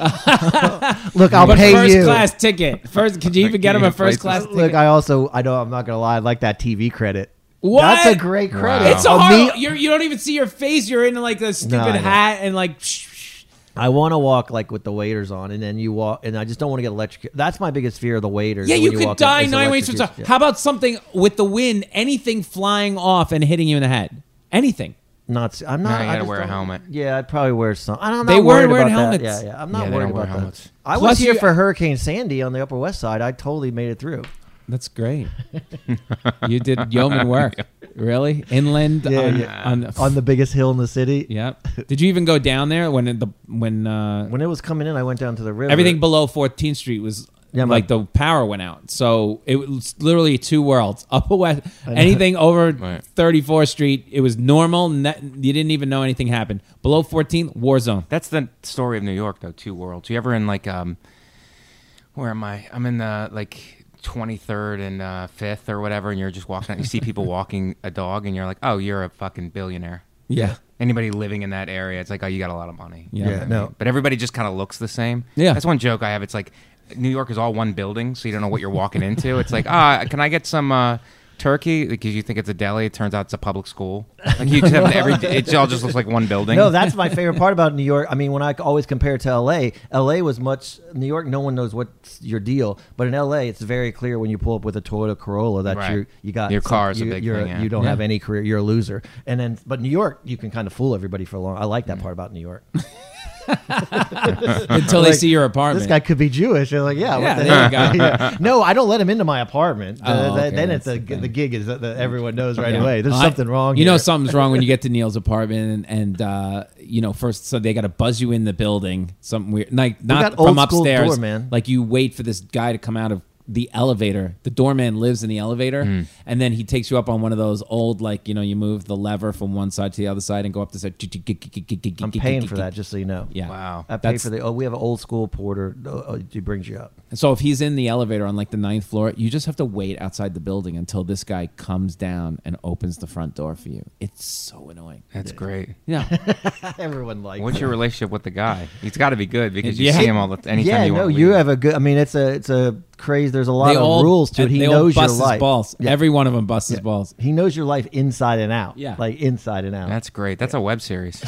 S5: Look, I'll
S2: But
S5: pay
S2: first
S5: you.
S2: class ticket. First, could you even get him a first class ticket?
S5: Look, I also I know I'm not gonna lie. I like that TV credit.
S2: What?
S5: That's a great credit.
S2: it's so
S5: A
S2: hard.
S5: me-
S2: you're, you don't even see your face. You're in like a stupid
S5: I know.
S2: hat and like. Shh, shh.
S5: I want to walk like with the waiters on, and then you walk, and I just don't want to get electrocuted. That's my biggest fear of the waiters.
S2: Yeah,
S5: when
S2: you
S5: walk
S2: could
S5: up,
S2: die
S5: is
S2: nine ways from.
S5: electrocution.
S2: How about something with the wind? Anything flying off and hitting you in the head? Anything.
S5: Not, s- I'm not.
S4: you
S5: I
S4: gotta
S5: just
S4: wear a
S5: don't-
S4: helmet.
S5: Yeah, I'd probably wear some. I don't.
S2: They
S5: not
S2: were
S5: worried
S2: wearing
S5: about that.
S2: helmets.
S5: Yeah, yeah. I'm
S4: Yeah,
S5: not
S4: they
S5: worried
S4: don't wear
S5: about that.
S4: helmets.
S5: I
S2: Plus
S5: was here
S2: you-
S5: for Hurricane Sandy on the Upper West Side. I totally made it through.
S2: That's great. you did yeoman work. Really? Inland
S5: Yeah,
S2: on,
S5: yeah.
S2: on,
S5: on the biggest hill in the city.
S2: Yep. Did you even go down there when it- the when uh
S5: When it was coming in, I went down to the river.
S2: everything below 14th Street was
S5: Yeah, my-
S2: like the power went out. So it was literally two worlds. Upper west anything over
S4: Right.
S2: 34th Street, it was normal. Ne- you didn't even know anything happened. Below 14th, war zone.
S4: That's the story of New York, though. Two worlds. You ever in like um, where am I? I'm in the like 23rd and uh, 5th or whatever, and you're just walking. out, You see people walking a dog, and you're like, oh, you're a fucking billionaire.
S2: Yeah.
S4: Anybody living in that area, it's like, oh, you got a lot of money.
S2: Yeah. Yeah,
S4: I mean,
S5: no.
S4: But everybody just kind of looks the same.
S2: Yeah.
S4: That's one joke I have. It's like New York is all one building, so you don't know what you're walking into. It's like, ah, can I get some. Uh, Turkey, because you think it's a deli, it turns out it's a public school. Like you just have every, it all just looks like one building.
S5: No, that's my favorite part about New York. I mean, when I always compare it to LA, LA was much New York. No one knows what's your deal, but in LA, it's very clear when you pull up with a Toyota Corolla that
S4: Right.
S5: you you got
S4: Your
S5: some-
S4: car is a
S5: you,
S4: big
S5: you're
S4: thing, yeah.
S5: You don't
S2: Yeah.
S5: have any career. You're a loser. And then, but New York, you can kind of fool everybody for a long. I like
S4: Mm.
S5: that part about New York.
S2: Until they
S5: Like,
S2: see your
S5: this
S2: apartment.
S5: guy could be Jewish. You're like,
S2: Yeah,
S5: yeah, what the
S2: there you
S5: heck?
S2: go.
S5: Yeah. No, I don't let him into my apartment.
S2: Oh,
S5: Uh, th-
S2: okay,
S5: then it's
S2: that's
S5: a,
S2: the
S5: the,
S2: thing.
S5: gig is that, that everyone knows right
S2: Yeah.
S5: away. There's
S2: I-
S5: something wrong.
S2: You know
S5: here.
S2: something's wrong when you get to Neil's apartment, and, and uh, you know first, so they got to buzz you in the building. Something weird, like not
S5: got old
S2: from
S5: school
S2: upstairs,
S5: door, man.
S2: Like you wait for this guy to come out of the elevator. The doorman lives in the elevator, and then he takes you up on one of those old, like you know, you move the lever from one side to the other side and go up the side.
S5: I'm paying for that, just so you know.
S2: Yeah.
S4: Wow.
S5: I pay
S2: That's-
S5: for the. Oh, we have an old school porter. Oh, oh, he brings you up.
S2: And so if he's in the elevator on like the ninth floor, you just have to wait outside the building until this guy comes down and opens the front door for you. It's so annoying.
S4: That's great.
S2: Yeah.
S5: Everyone likes.
S4: What's
S5: it.
S4: your relationship with the guy? He's got to be good because you
S2: Yeah.
S4: see him all the anytime
S5: yeah,
S4: you
S5: no,
S4: want. to
S5: you
S4: leave.
S5: have a good. I mean, it's a it's a crazy. There's a lot
S2: They
S5: of
S2: all-
S5: rules to it. He
S2: they all
S5: knows your
S2: bust his
S5: life.
S2: balls.
S5: Yeah.
S2: Every one of them busts his balls.
S5: He knows your life inside and out.
S2: Yeah.
S5: like inside and out.
S4: That's great. That's a web series.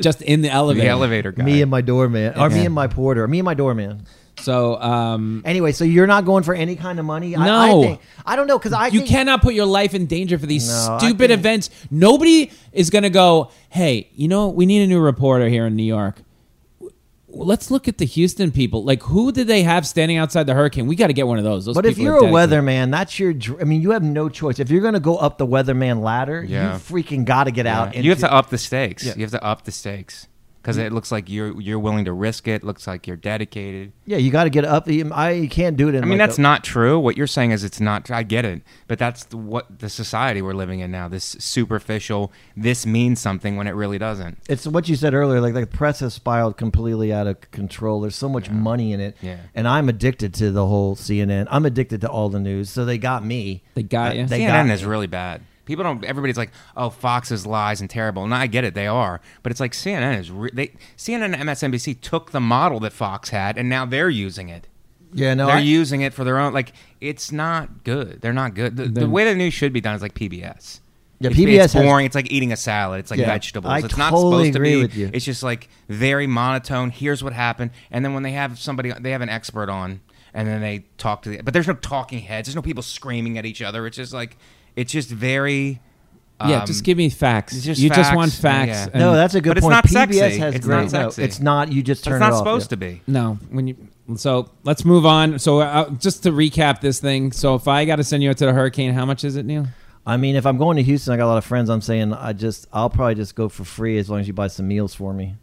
S2: Just in the elevator.
S4: the elevator guy.
S5: me and my doorman, or me
S2: Yeah.
S5: and my porter, or me and my doorman.
S2: So um,
S5: Anyway, so you're not going for any kind of money. I, I,
S2: No.
S5: think, I don't know because I
S2: you
S5: think,
S2: cannot put your life in danger for these
S5: No, I
S2: stupid
S5: think-
S2: events. Nobody is going to go, hey, you know, we need a new reporter here in New York. W- Let's look at the Houston people. Like, who did they have standing outside the hurricane? We got to get one of those. Those
S5: But if
S2: people are
S5: you're a
S2: dedicated.
S5: weatherman, that's your. dr- I mean, you have no choice. If you're going to go up the weatherman ladder,
S4: Yeah.
S5: you freaking got to get out.
S4: you have
S5: into-
S4: to up the stakes. You have to up the stakes because it looks like you're you're willing to risk it. Looks like you're dedicated.
S5: Yeah, you got to get up. I you can't do it. In
S4: I mean,
S5: like
S4: that's
S5: a-
S4: not true. What you're saying is it's not. I get it, but that's the, what the society we're living in now. This superficial. This means something when it really doesn't.
S5: It's what you said earlier. Like, like the press has spiraled completely out of control. There's so much money in it.
S4: Yeah.
S5: And I'm addicted to the whole CNN. I'm addicted to all the news. So they got me.
S2: They got you.
S5: They got
S4: CNN
S5: me.
S4: is really bad. People don't. Everybody's like, "Oh, Fox is lies and terrible." And I get it; they are. But it's like CNN is. Re- they CNN and MSNBC took the model that Fox had, and now they're using it.
S5: Yeah, no.
S4: they're
S5: I,
S4: using it for their own. Like, it's not good. They're not good. The, the way the news should be done is like PBS.
S5: Yeah,
S4: It's-
S5: PBS
S4: It's
S5: has-
S4: boring. It's like eating a salad. It's like
S5: Yeah,
S4: vegetables.
S5: I
S4: it's
S5: totally
S4: not supposed
S5: agree
S4: to be.
S5: with you.
S4: It's just like very monotone. Here's what happened, and then when they have somebody, they have an expert on, and then they talk to the. But there's no talking heads. There's no people screaming at each other. It's just like, it's just very.
S2: Yeah,
S4: um,
S2: just give me facts.
S4: it's just
S2: you just
S4: facts.
S2: want facts.
S4: Yeah.
S2: and-
S5: no, that's a good
S4: But it's
S5: point.
S4: not
S5: PBS
S4: sexy.
S5: has
S4: It's
S5: great.
S4: not sexy.
S5: No, it's not. You just
S4: But
S5: turn
S4: it's not
S5: it off.
S4: supposed
S5: yeah.
S4: to be.
S2: No, when you so let's move on. So uh, just to recap this thing. So if I got to send you out to the hurricane, how much is it, Neil?
S5: I mean, if I'm going to Houston, I got a lot of friends. I'm saying I just, I'll probably just go for free as long as you buy some meals for me.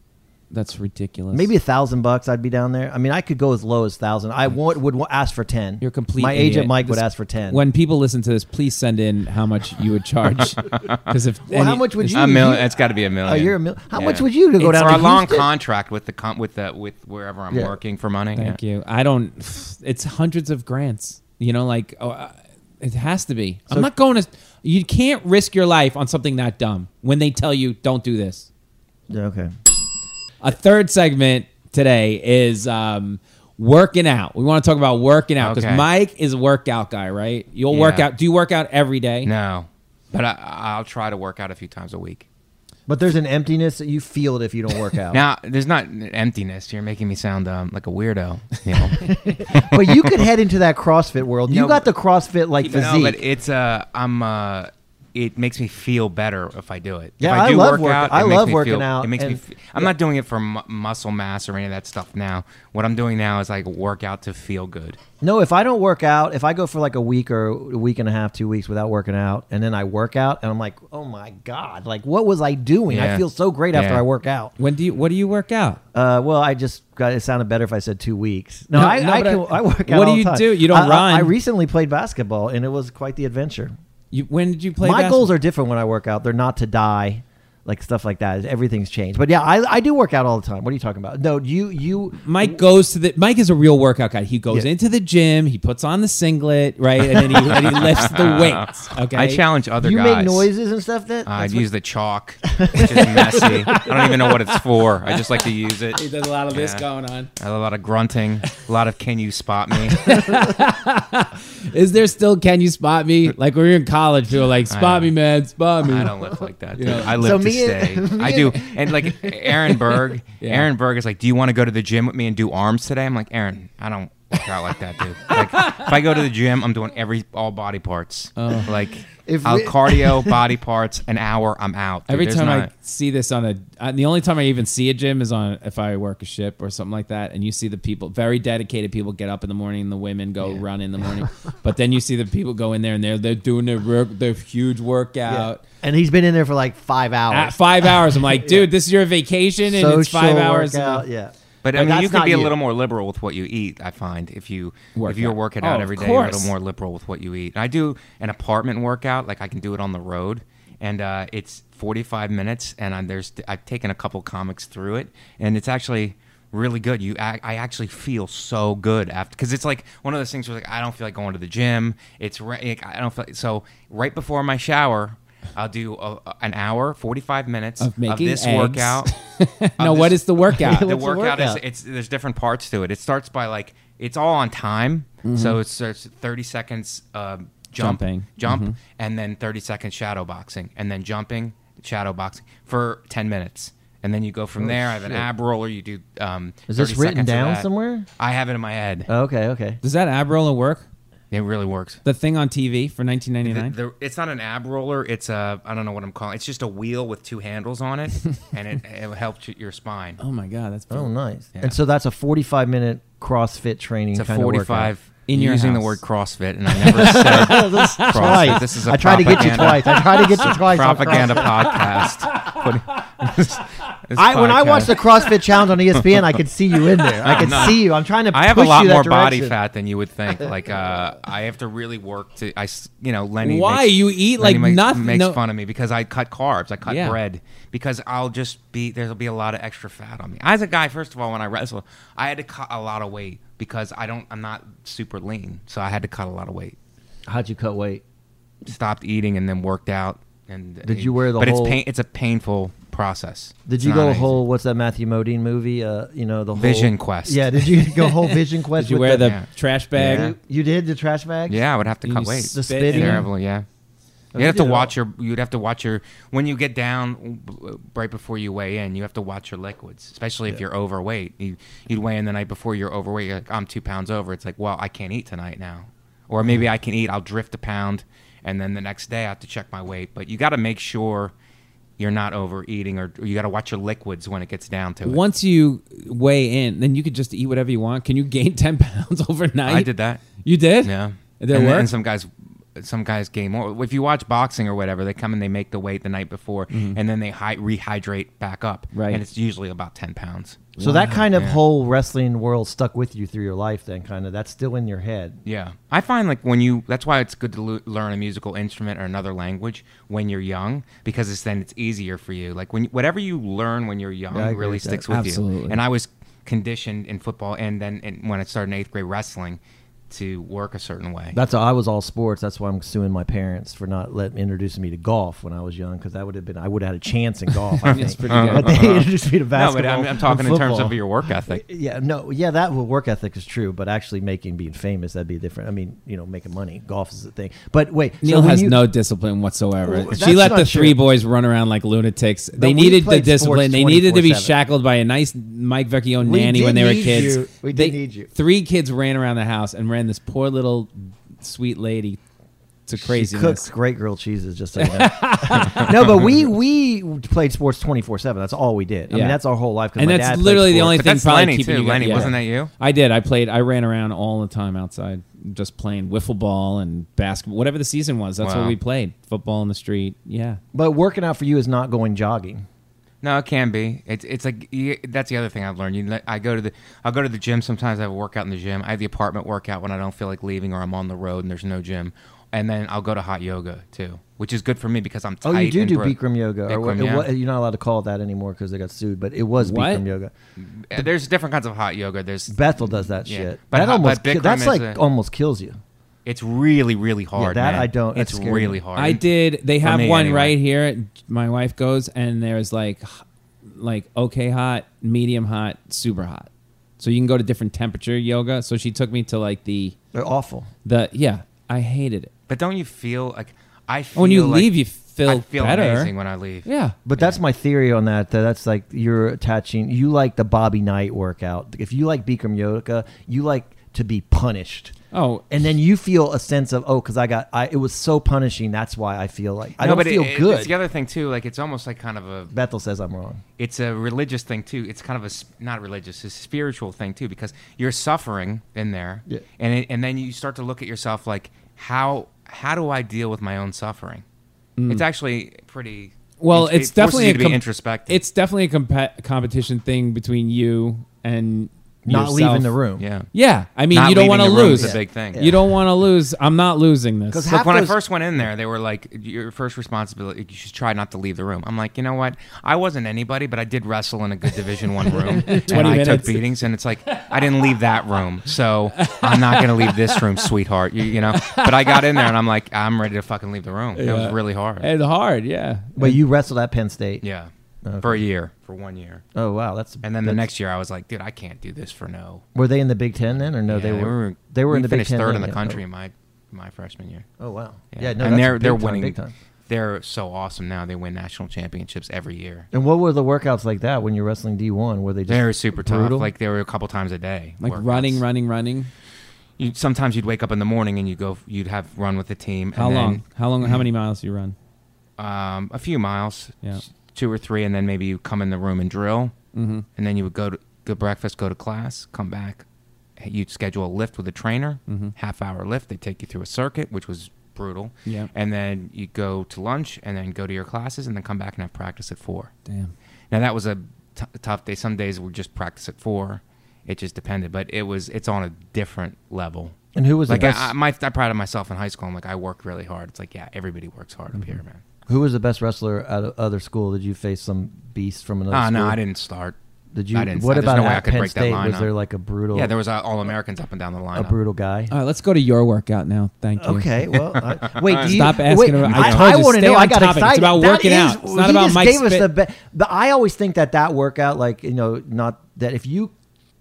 S2: That's ridiculous.
S5: Maybe a thousand bucks. I'd be down there. I mean, I could go as low as thousand. I want, would wa- ask for ten.
S2: you're a complete.
S5: My
S2: idiot.
S5: agent Mike would
S2: This-
S5: ask for ten.
S2: When people listen to this, please send in how much you would charge. Because if
S5: well, how
S2: any-
S5: much would you?
S4: A million.
S5: you-
S4: It's got to be a
S5: Oh,
S4: million.
S5: you're a mil- How
S4: Yeah.
S5: much would you to go
S2: It's
S5: down
S4: Or
S5: to
S4: a long
S5: Houston?
S4: contract with the comp with the with wherever I'm
S5: Yeah.
S4: working for money.
S2: Thank
S4: yeah.
S2: you. I don't. It's hundreds of grants. You know, like oh, uh, it has to be.
S5: So-
S2: I'm not going to. You can't risk your life on something that dumb when they tell you don't do this.
S5: Yeah, okay.
S2: A third segment today is um, working out. We want to talk about working out because
S4: Okay.
S2: Mike is a workout guy, right? You'll
S4: Yeah.
S2: work out. Do you work out every day?
S4: No, but I, I'll try to work out a few times a week.
S5: But there's an emptiness that you feel it if you don't work out.
S4: Now, there's not emptiness. You're making me sound um, like a weirdo. You know?
S5: but you could head into that CrossFit world. You
S4: No,
S5: got the
S4: but-
S5: CrossFit like physique.
S4: no, but it's uh, I'm uh, it makes me feel better if I do it.
S5: Yeah,
S4: if
S5: I
S4: do
S5: love
S4: work
S5: work-
S4: out,
S5: I
S4: it makes
S5: love
S4: me
S5: working
S4: feel-
S5: out
S4: It makes me.
S5: and-
S4: Fe- I'm not doing it for mu muscle mass or any of that stuff now. What I'm doing now is like work out to feel good.
S5: no, if I don't work out, if I go for like a week or a week and a half, two weeks without working out, and then I work out, and I'm like, oh my god, like what was I doing? I
S4: Yeah.
S5: feel so great after
S4: Yeah.
S5: I work out.
S2: When do you? What do you work out?
S5: Uh, well, I just got it sounded better if I said two weeks. No,
S2: No,
S5: I,
S2: no,
S5: I,
S2: but
S5: can,
S2: I-
S5: I work out.
S2: what do
S5: all the
S2: you
S5: time.
S2: do? You don't
S5: I- I-
S2: run.
S5: I recently played basketball, and it was quite the adventure.
S2: You when did you play?
S5: my
S2: basket-
S5: goals are different when I work out. They're not to die, like stuff like that. Everything's changed. But yeah, I, I do work out all the time. What are you talking about? No, you you
S2: Mike goes to the. Mike is a real workout guy. He goes
S5: Yeah.
S2: into the gym. He puts on the singlet, right, and then he, and he lifts the weights. Okay,
S4: I challenge other
S5: you
S4: guys.
S5: make noises and stuff. That
S4: I
S5: that's what-
S4: use the chalk, which is messy. I don't even know what it's for. I just like to use it.
S2: There's a lot of this
S4: Yeah.
S2: going on.
S4: I have a lot of grunting, a lot of can you spot me?
S2: Is there still? Can you spot me? Like when we were in college, people were like, "Spot me, man, spot me."
S4: I don't live like that. Dude.
S2: Yeah.
S4: I live
S5: So
S4: to
S5: me
S4: stay.
S5: and- me
S4: I do. And like Aaron Berg,
S2: Yeah.
S4: Aaron Berg is like, "Do you want to go to the gym with me and do arms today?" I'm like, "Aaron, I don't work out like that, dude. Like, if I go to the gym, I'm doing every all body parts.
S2: Oh.
S4: Like,
S5: If
S4: I'll
S5: we-
S4: cardio, body parts, an hour, I'm out. Dude,
S2: Every
S4: there's
S2: time I
S4: not-
S2: see this on a, uh, the only time I even see a gym is on if I work a ship or something like that, and you see the people, very dedicated people, get up in the morning, the women go run in the morning, but then you see the people go in there and they're they're doing their work, their huge workout.
S5: and he's been in there for like five hours.
S4: Oh,
S2: At five hours, I'm like, dude, this is your vacation, and it's five
S5: Social
S2: hours.
S5: workout, yeah.
S4: But
S5: Like,
S4: I mean, you
S5: that's
S4: can
S5: not
S4: be a little more liberal with what you eat. I find if you
S2: Work
S4: if you're
S2: out.
S4: working
S2: Oh,
S4: out
S2: of
S4: every day, you're a
S2: course.
S4: little more liberal with what you eat. And I do an apartment workout, like I can do it on the road, and uh, it's 45 minutes, and i there's I've taken a couple comics through it, and it's actually really good. You, I, I actually feel so good after because it's like one of those things where like I don't feel like going to the gym. It's re- like, I don't feel so right before my shower. I'll do a, an hour, 45 minutes
S2: Of making
S4: this
S2: eggs.
S4: workout.
S2: no,
S4: Of
S2: what
S4: this-
S2: is the workout?
S4: the
S5: What's the
S4: workout, is
S5: workout?
S4: it's there's different parts to it. It starts by like it's all on time,
S5: Mm-hmm.
S4: so it starts at 30 seconds um, jump,
S2: Jumping.
S4: jump,
S5: Mm-hmm.
S4: and then 30 seconds shadow boxing, and then jumping, shadow boxing for 10 minutes. And then you go from there. I have an ab roller. You do. Um,
S5: Oh, Is this
S4: 30
S5: written
S4: seconds of
S5: down
S4: that.
S5: somewhere? Uh,
S4: I have it in my head.
S5: Okay, okay.
S2: Does that ab roller work?
S4: it really works.
S2: The thing on TV for
S4: The-
S2: 1999.
S4: the- it's not an ab roller. It's a I don't know what I'm calling. It's just a wheel with two handles on it, and it, it helps your spine.
S2: oh my god, that's
S5: Oh, nice.
S4: Yeah.
S5: And so that's a 45 minute CrossFit training
S4: It's a
S5: kind
S4: 45.
S2: In your
S4: using the
S2: house.
S4: word CrossFit, and I never said
S5: of workout.
S4: CrossFit.
S5: Twice.
S4: This is a
S5: I tried to get you
S4: propaganda-
S5: twice. I tried to get you twice. on
S4: propaganda
S5: CrossFit.
S4: podcast. What- this- this
S5: I, when I
S4: podcast.
S5: watched the CrossFit challenge on E ESPN, I could see you in there. I could
S4: No.
S5: see you. I'm trying to.
S4: I have a
S5: push
S4: lot
S5: you that
S4: more body
S5: direction.
S4: fat than you would think. Like uh, I have to really work to. I s- you know Lenny.
S2: Why?
S4: makes-
S2: You eat
S4: Lenny
S2: like
S4: makes,
S2: nothing-
S4: Makes
S2: no-
S4: fun of me because I cut carbs. I cut
S2: Yeah.
S4: bread because I'll just be there'll be a lot of extra fat on me. As a guy, first of all, when I wrestled, I had to cut a lot of weight because I don't. I'm not super lean, so I had to cut a lot of weight.
S5: How'd you cut weight?
S4: Stopped eating and then worked out. And
S5: Did you wear the
S4: But
S5: whole-
S4: it's pain, It's a painful process.
S5: Did
S4: It's
S5: you
S4: not
S5: go
S4: easy.
S5: whole? What's that Matthew Modine movie? Uh, you know the whole,
S4: Vision Quest.
S5: Yeah. Did you go whole Vision Quest?
S2: Did you
S5: with
S2: wear the
S4: Yeah.
S2: trash bag?
S4: Yeah.
S5: You did the trash bag.
S4: Yeah, I would have to
S2: You
S4: cut weight.
S2: spit
S5: spitting?
S2: in it?
S4: Terrible, yeah.
S5: we
S4: You'd have to
S5: Oh, did it
S4: watch your. You'd have to watch your when you get down uh, right before you weigh in. You have to watch your liquids, especially if you're overweight. You, you'd weigh in the night before you're overweight. You're like, I'm two pounds over. It's like, well, I can't eat tonight now, or maybe I can eat. I'll drift a pound, and then the next day I have to check my weight. But you got to make sure you're not overeating, or, or you got to watch your liquids when it gets down to it.
S2: Once you weigh in, then you could just eat whatever you want. Can you gain 10 pounds overnight?
S4: I did that.
S2: You did?
S4: Yeah.
S2: Did it
S4: and,
S2: work?
S4: and some guys some guys gain more. If you watch boxing or whatever, they come and they make the weight the night before
S5: Mm-hmm.
S4: and then they hy- rehydrate back up.
S2: Right.
S4: And it's usually about 10 pounds.
S5: So that kind of
S4: yeah.
S5: whole wrestling world stuck with you through your life. Then kind of that's still in your head.
S4: Yeah. I find like when you, that's why it's good to lo- learn a musical instrument or another language when you're young because it's then it's easier for you. Like when, whatever you learn when you're young
S5: Yeah, I agree
S4: really
S5: with that.
S4: sticks with
S2: Absolutely.
S4: you. And I was conditioned in football and then in, when I started in eighth grade wrestling to work a certain way.
S5: That's I was all sports. That's why I'm suing my parents for not letting introducing me to golf when I was young because that would have been I would have had a chance in golf. I think.
S2: pretty good.
S5: But they introduced me to
S4: Uh-huh. no,
S5: basketball.
S4: but I'm, I'm talking
S5: and
S4: in terms of
S5: football.
S4: your work ethic.
S5: Yeah, no, yeah, that well, work ethic is true, but actually making being famous that'd be different. I mean, you know, making money, golf is the thing. But wait, so
S2: Neil
S5: when
S2: has
S5: you-
S2: no discipline whatsoever.
S5: Well,
S2: she
S5: that's
S2: let the
S5: not
S2: three
S5: true.
S2: boys run around like lunatics. they
S5: we
S2: needed the
S5: played sports
S2: discipline. They needed to be
S5: 24/7.
S2: shackled by a nice Mike Vecchione
S5: We
S2: nanny
S5: did
S2: when they were
S5: need
S2: kids.
S5: you. We
S2: They-
S5: did need you.
S2: Three kids ran around the house and ran this poor little sweet lady to
S5: She cooks
S2: craziness.
S5: great grilled cheeses, just so you know. no, but we we played sports twenty four seven. That's all we did. I
S2: Yeah.
S5: mean, that's our whole life. 'cause
S2: And
S5: my
S2: that's
S5: dad played
S2: literally the
S5: sports.
S2: only
S4: But
S2: thing
S4: that's
S2: probably
S4: Lenny,
S2: keeping
S4: too.
S2: you
S4: Lenny,
S2: yeah.
S4: wasn't that you?
S2: I did. I played. I ran around all the time outside, just playing wiffle ball and basketball. Whatever the season was, that's what
S4: Wow.
S2: we played. Football in the street. Yeah.
S5: But working out for you is not going jogging.
S4: No, it can be. It's it's like you, that's the other thing I've learned. You, let- I go to the I'll go to the gym sometimes. I have a workout in the gym. I have the apartment workout when I don't feel like leaving or I'm on the road and there's no gym. And then I'll go to hot yoga too, which is good for me because I'm
S5: Oh,
S4: tight.
S5: you do
S4: and
S5: do
S4: bro-
S5: Bikram yoga. or what,
S4: Bikram, yeah.
S5: it wa- you're not allowed to call it that anymore because they got sued. But it was
S2: What?
S5: Bikram yoga.
S4: Uh, There's different kinds of hot yoga. There's
S5: Bethel does that
S4: Yeah.
S5: shit.
S4: But
S5: that
S4: ho-
S5: almost
S4: but
S5: ki-
S4: Bikram
S5: that's
S4: is
S5: like
S4: a-
S5: almost kills you.
S4: it's really really hard.
S5: that
S4: man.
S5: I don't- that's
S4: It's
S5: scary.
S4: really hard.
S2: I did. They have
S4: me,
S2: one
S4: anyway.
S2: right here. My wife goes, and there's like, h- like okay hot, medium hot, super hot. So you can go to different temperature yoga. So she took me to like the
S5: They're awful.
S2: the yeah. I hated it.
S4: But don't you feel like I feel
S2: When you
S4: like-
S2: leave, you feel
S4: I feel
S2: better.
S4: amazing when I leave.
S2: Yeah.
S5: But that's my theory on that. That that's like you're attaching. You like the Bobby Knight workout. If you like Bikram yoga, you like to be punished.
S2: Oh,
S5: And then you feel a sense of oh, because I got I. It was so punishing. That's why I feel like I
S4: No,
S5: don't
S4: but it-
S5: feel
S4: it-
S5: good.
S4: It's the other thing too. Like it's almost like kind of a
S5: Bethel says I'm wrong.
S4: it's a religious thing too. It's kind of a sp- not religious, it's a spiritual thing too because you're suffering in there,
S5: Yeah.
S4: and it, and then you start to look at yourself like how how do I deal with my own suffering? It's actually pretty.
S2: Mm. well,
S4: it-
S2: it's
S4: it forces
S2: definitely
S4: you
S2: a
S4: to be
S2: com-
S4: introspective.
S2: It's definitely a compa- competition thing between you and
S5: Not
S2: yourself-
S5: leaving the room.
S4: Yeah.
S2: Yeah, I mean,
S4: Not
S2: you don't
S4: leaving
S2: want to
S4: the room
S2: lose.
S4: is a big thing.
S2: You don't want to lose. I'm not losing this.
S5: 'Cause
S4: Look,
S5: half
S4: when
S5: those-
S4: I first went in there, they were like, "Your first responsibility, you should try not to leave the room." I'm like, you know what? I wasn't anybody, but I did wrestle in a good Division One room, and I took
S2: minutes.
S4: beatings. And it's like, I didn't leave that room, so I'm not going to leave this room, sweetheart. You, you know. But I got in there, and I'm like, I'm ready to fucking leave the room. It
S2: Yeah.
S4: was really hard.
S2: It's hard. Yeah.
S5: But you wrestled at Penn State.
S4: yeah, for a year, for one year,
S5: Oh wow, that's.
S4: and then the
S5: that's-
S4: next year, I was like, dude, I can't do this for no.
S5: Were they in the Big Ten then, or no?
S4: Yeah,
S5: they, were, They were
S4: we
S5: in the
S4: finished
S5: Big Ten.
S4: third
S5: then,
S4: in the
S5: yeah.
S4: country in my my freshman year.
S5: Oh, wow. Yeah. No.
S4: and
S5: that's
S4: they're
S5: big
S4: they're
S5: time,
S4: winning.
S5: big time.
S4: They're so awesome now. They win national championships every year.
S5: And what were the workouts like that when you're wrestling D1? Were they just
S4: They were super
S5: brutal?
S4: tough. Like they were a couple times a day.
S2: Like
S4: workouts.
S2: running, running, running.
S4: You, sometimes you'd wake up in the morning and you go. You'd have run with the team.
S2: How
S4: and then,
S2: long? How long?
S5: Mm.
S2: How many miles do you run?
S4: Um, a few miles.
S2: Yeah.
S4: Two or three, and then maybe you come in the room and drill, mm-hmm. and then you would go to go breakfast, go to class, come back. You'd schedule a lift with a trainer,
S5: Mm-hmm.
S4: half hour lift. They take you through a circuit, which was brutal.
S2: Yeah.
S4: And then you go to lunch, and then go to your classes, and then come back and have practice at four.
S2: Damn.
S4: Now that was a t- tough day. Some days we just practice at four. It just depended, but it was it's on a different level.
S5: And who was
S4: Like
S5: the
S4: I,
S5: best?
S4: I, my, I prided myself in high school. I'm like I work really hard. It's like yeah, everybody works hard
S5: Mm-hmm.
S4: up here, man.
S5: who was the best wrestler at a- other school? Did you face some beast from another?
S4: Ah,
S5: school?
S4: no, I didn't start.
S5: Did you?
S4: I didn't.
S5: what
S4: there's
S5: about
S4: no way
S5: at
S4: I could
S5: Penn
S4: break
S5: State?
S4: that line
S5: was there like a brutal?
S4: yeah, there was uh, all Americans up and down the
S5: a
S4: line.
S5: brutal guy.
S2: All right, let's go to your workout now. Thank you.
S5: Okay, well, I, wait. do you-
S2: Stop asking
S5: wait,
S2: about- I
S5: I,
S2: told you,
S5: want to
S2: stay
S5: know.
S2: on
S5: I got
S2: topic. It's
S5: excited.
S2: about
S5: That
S2: working
S5: is-
S2: out. It's not
S5: he
S2: about
S5: just
S2: Mike
S5: gave us
S2: Spit-
S5: the best. But I always think that that workout, like you know, not that if you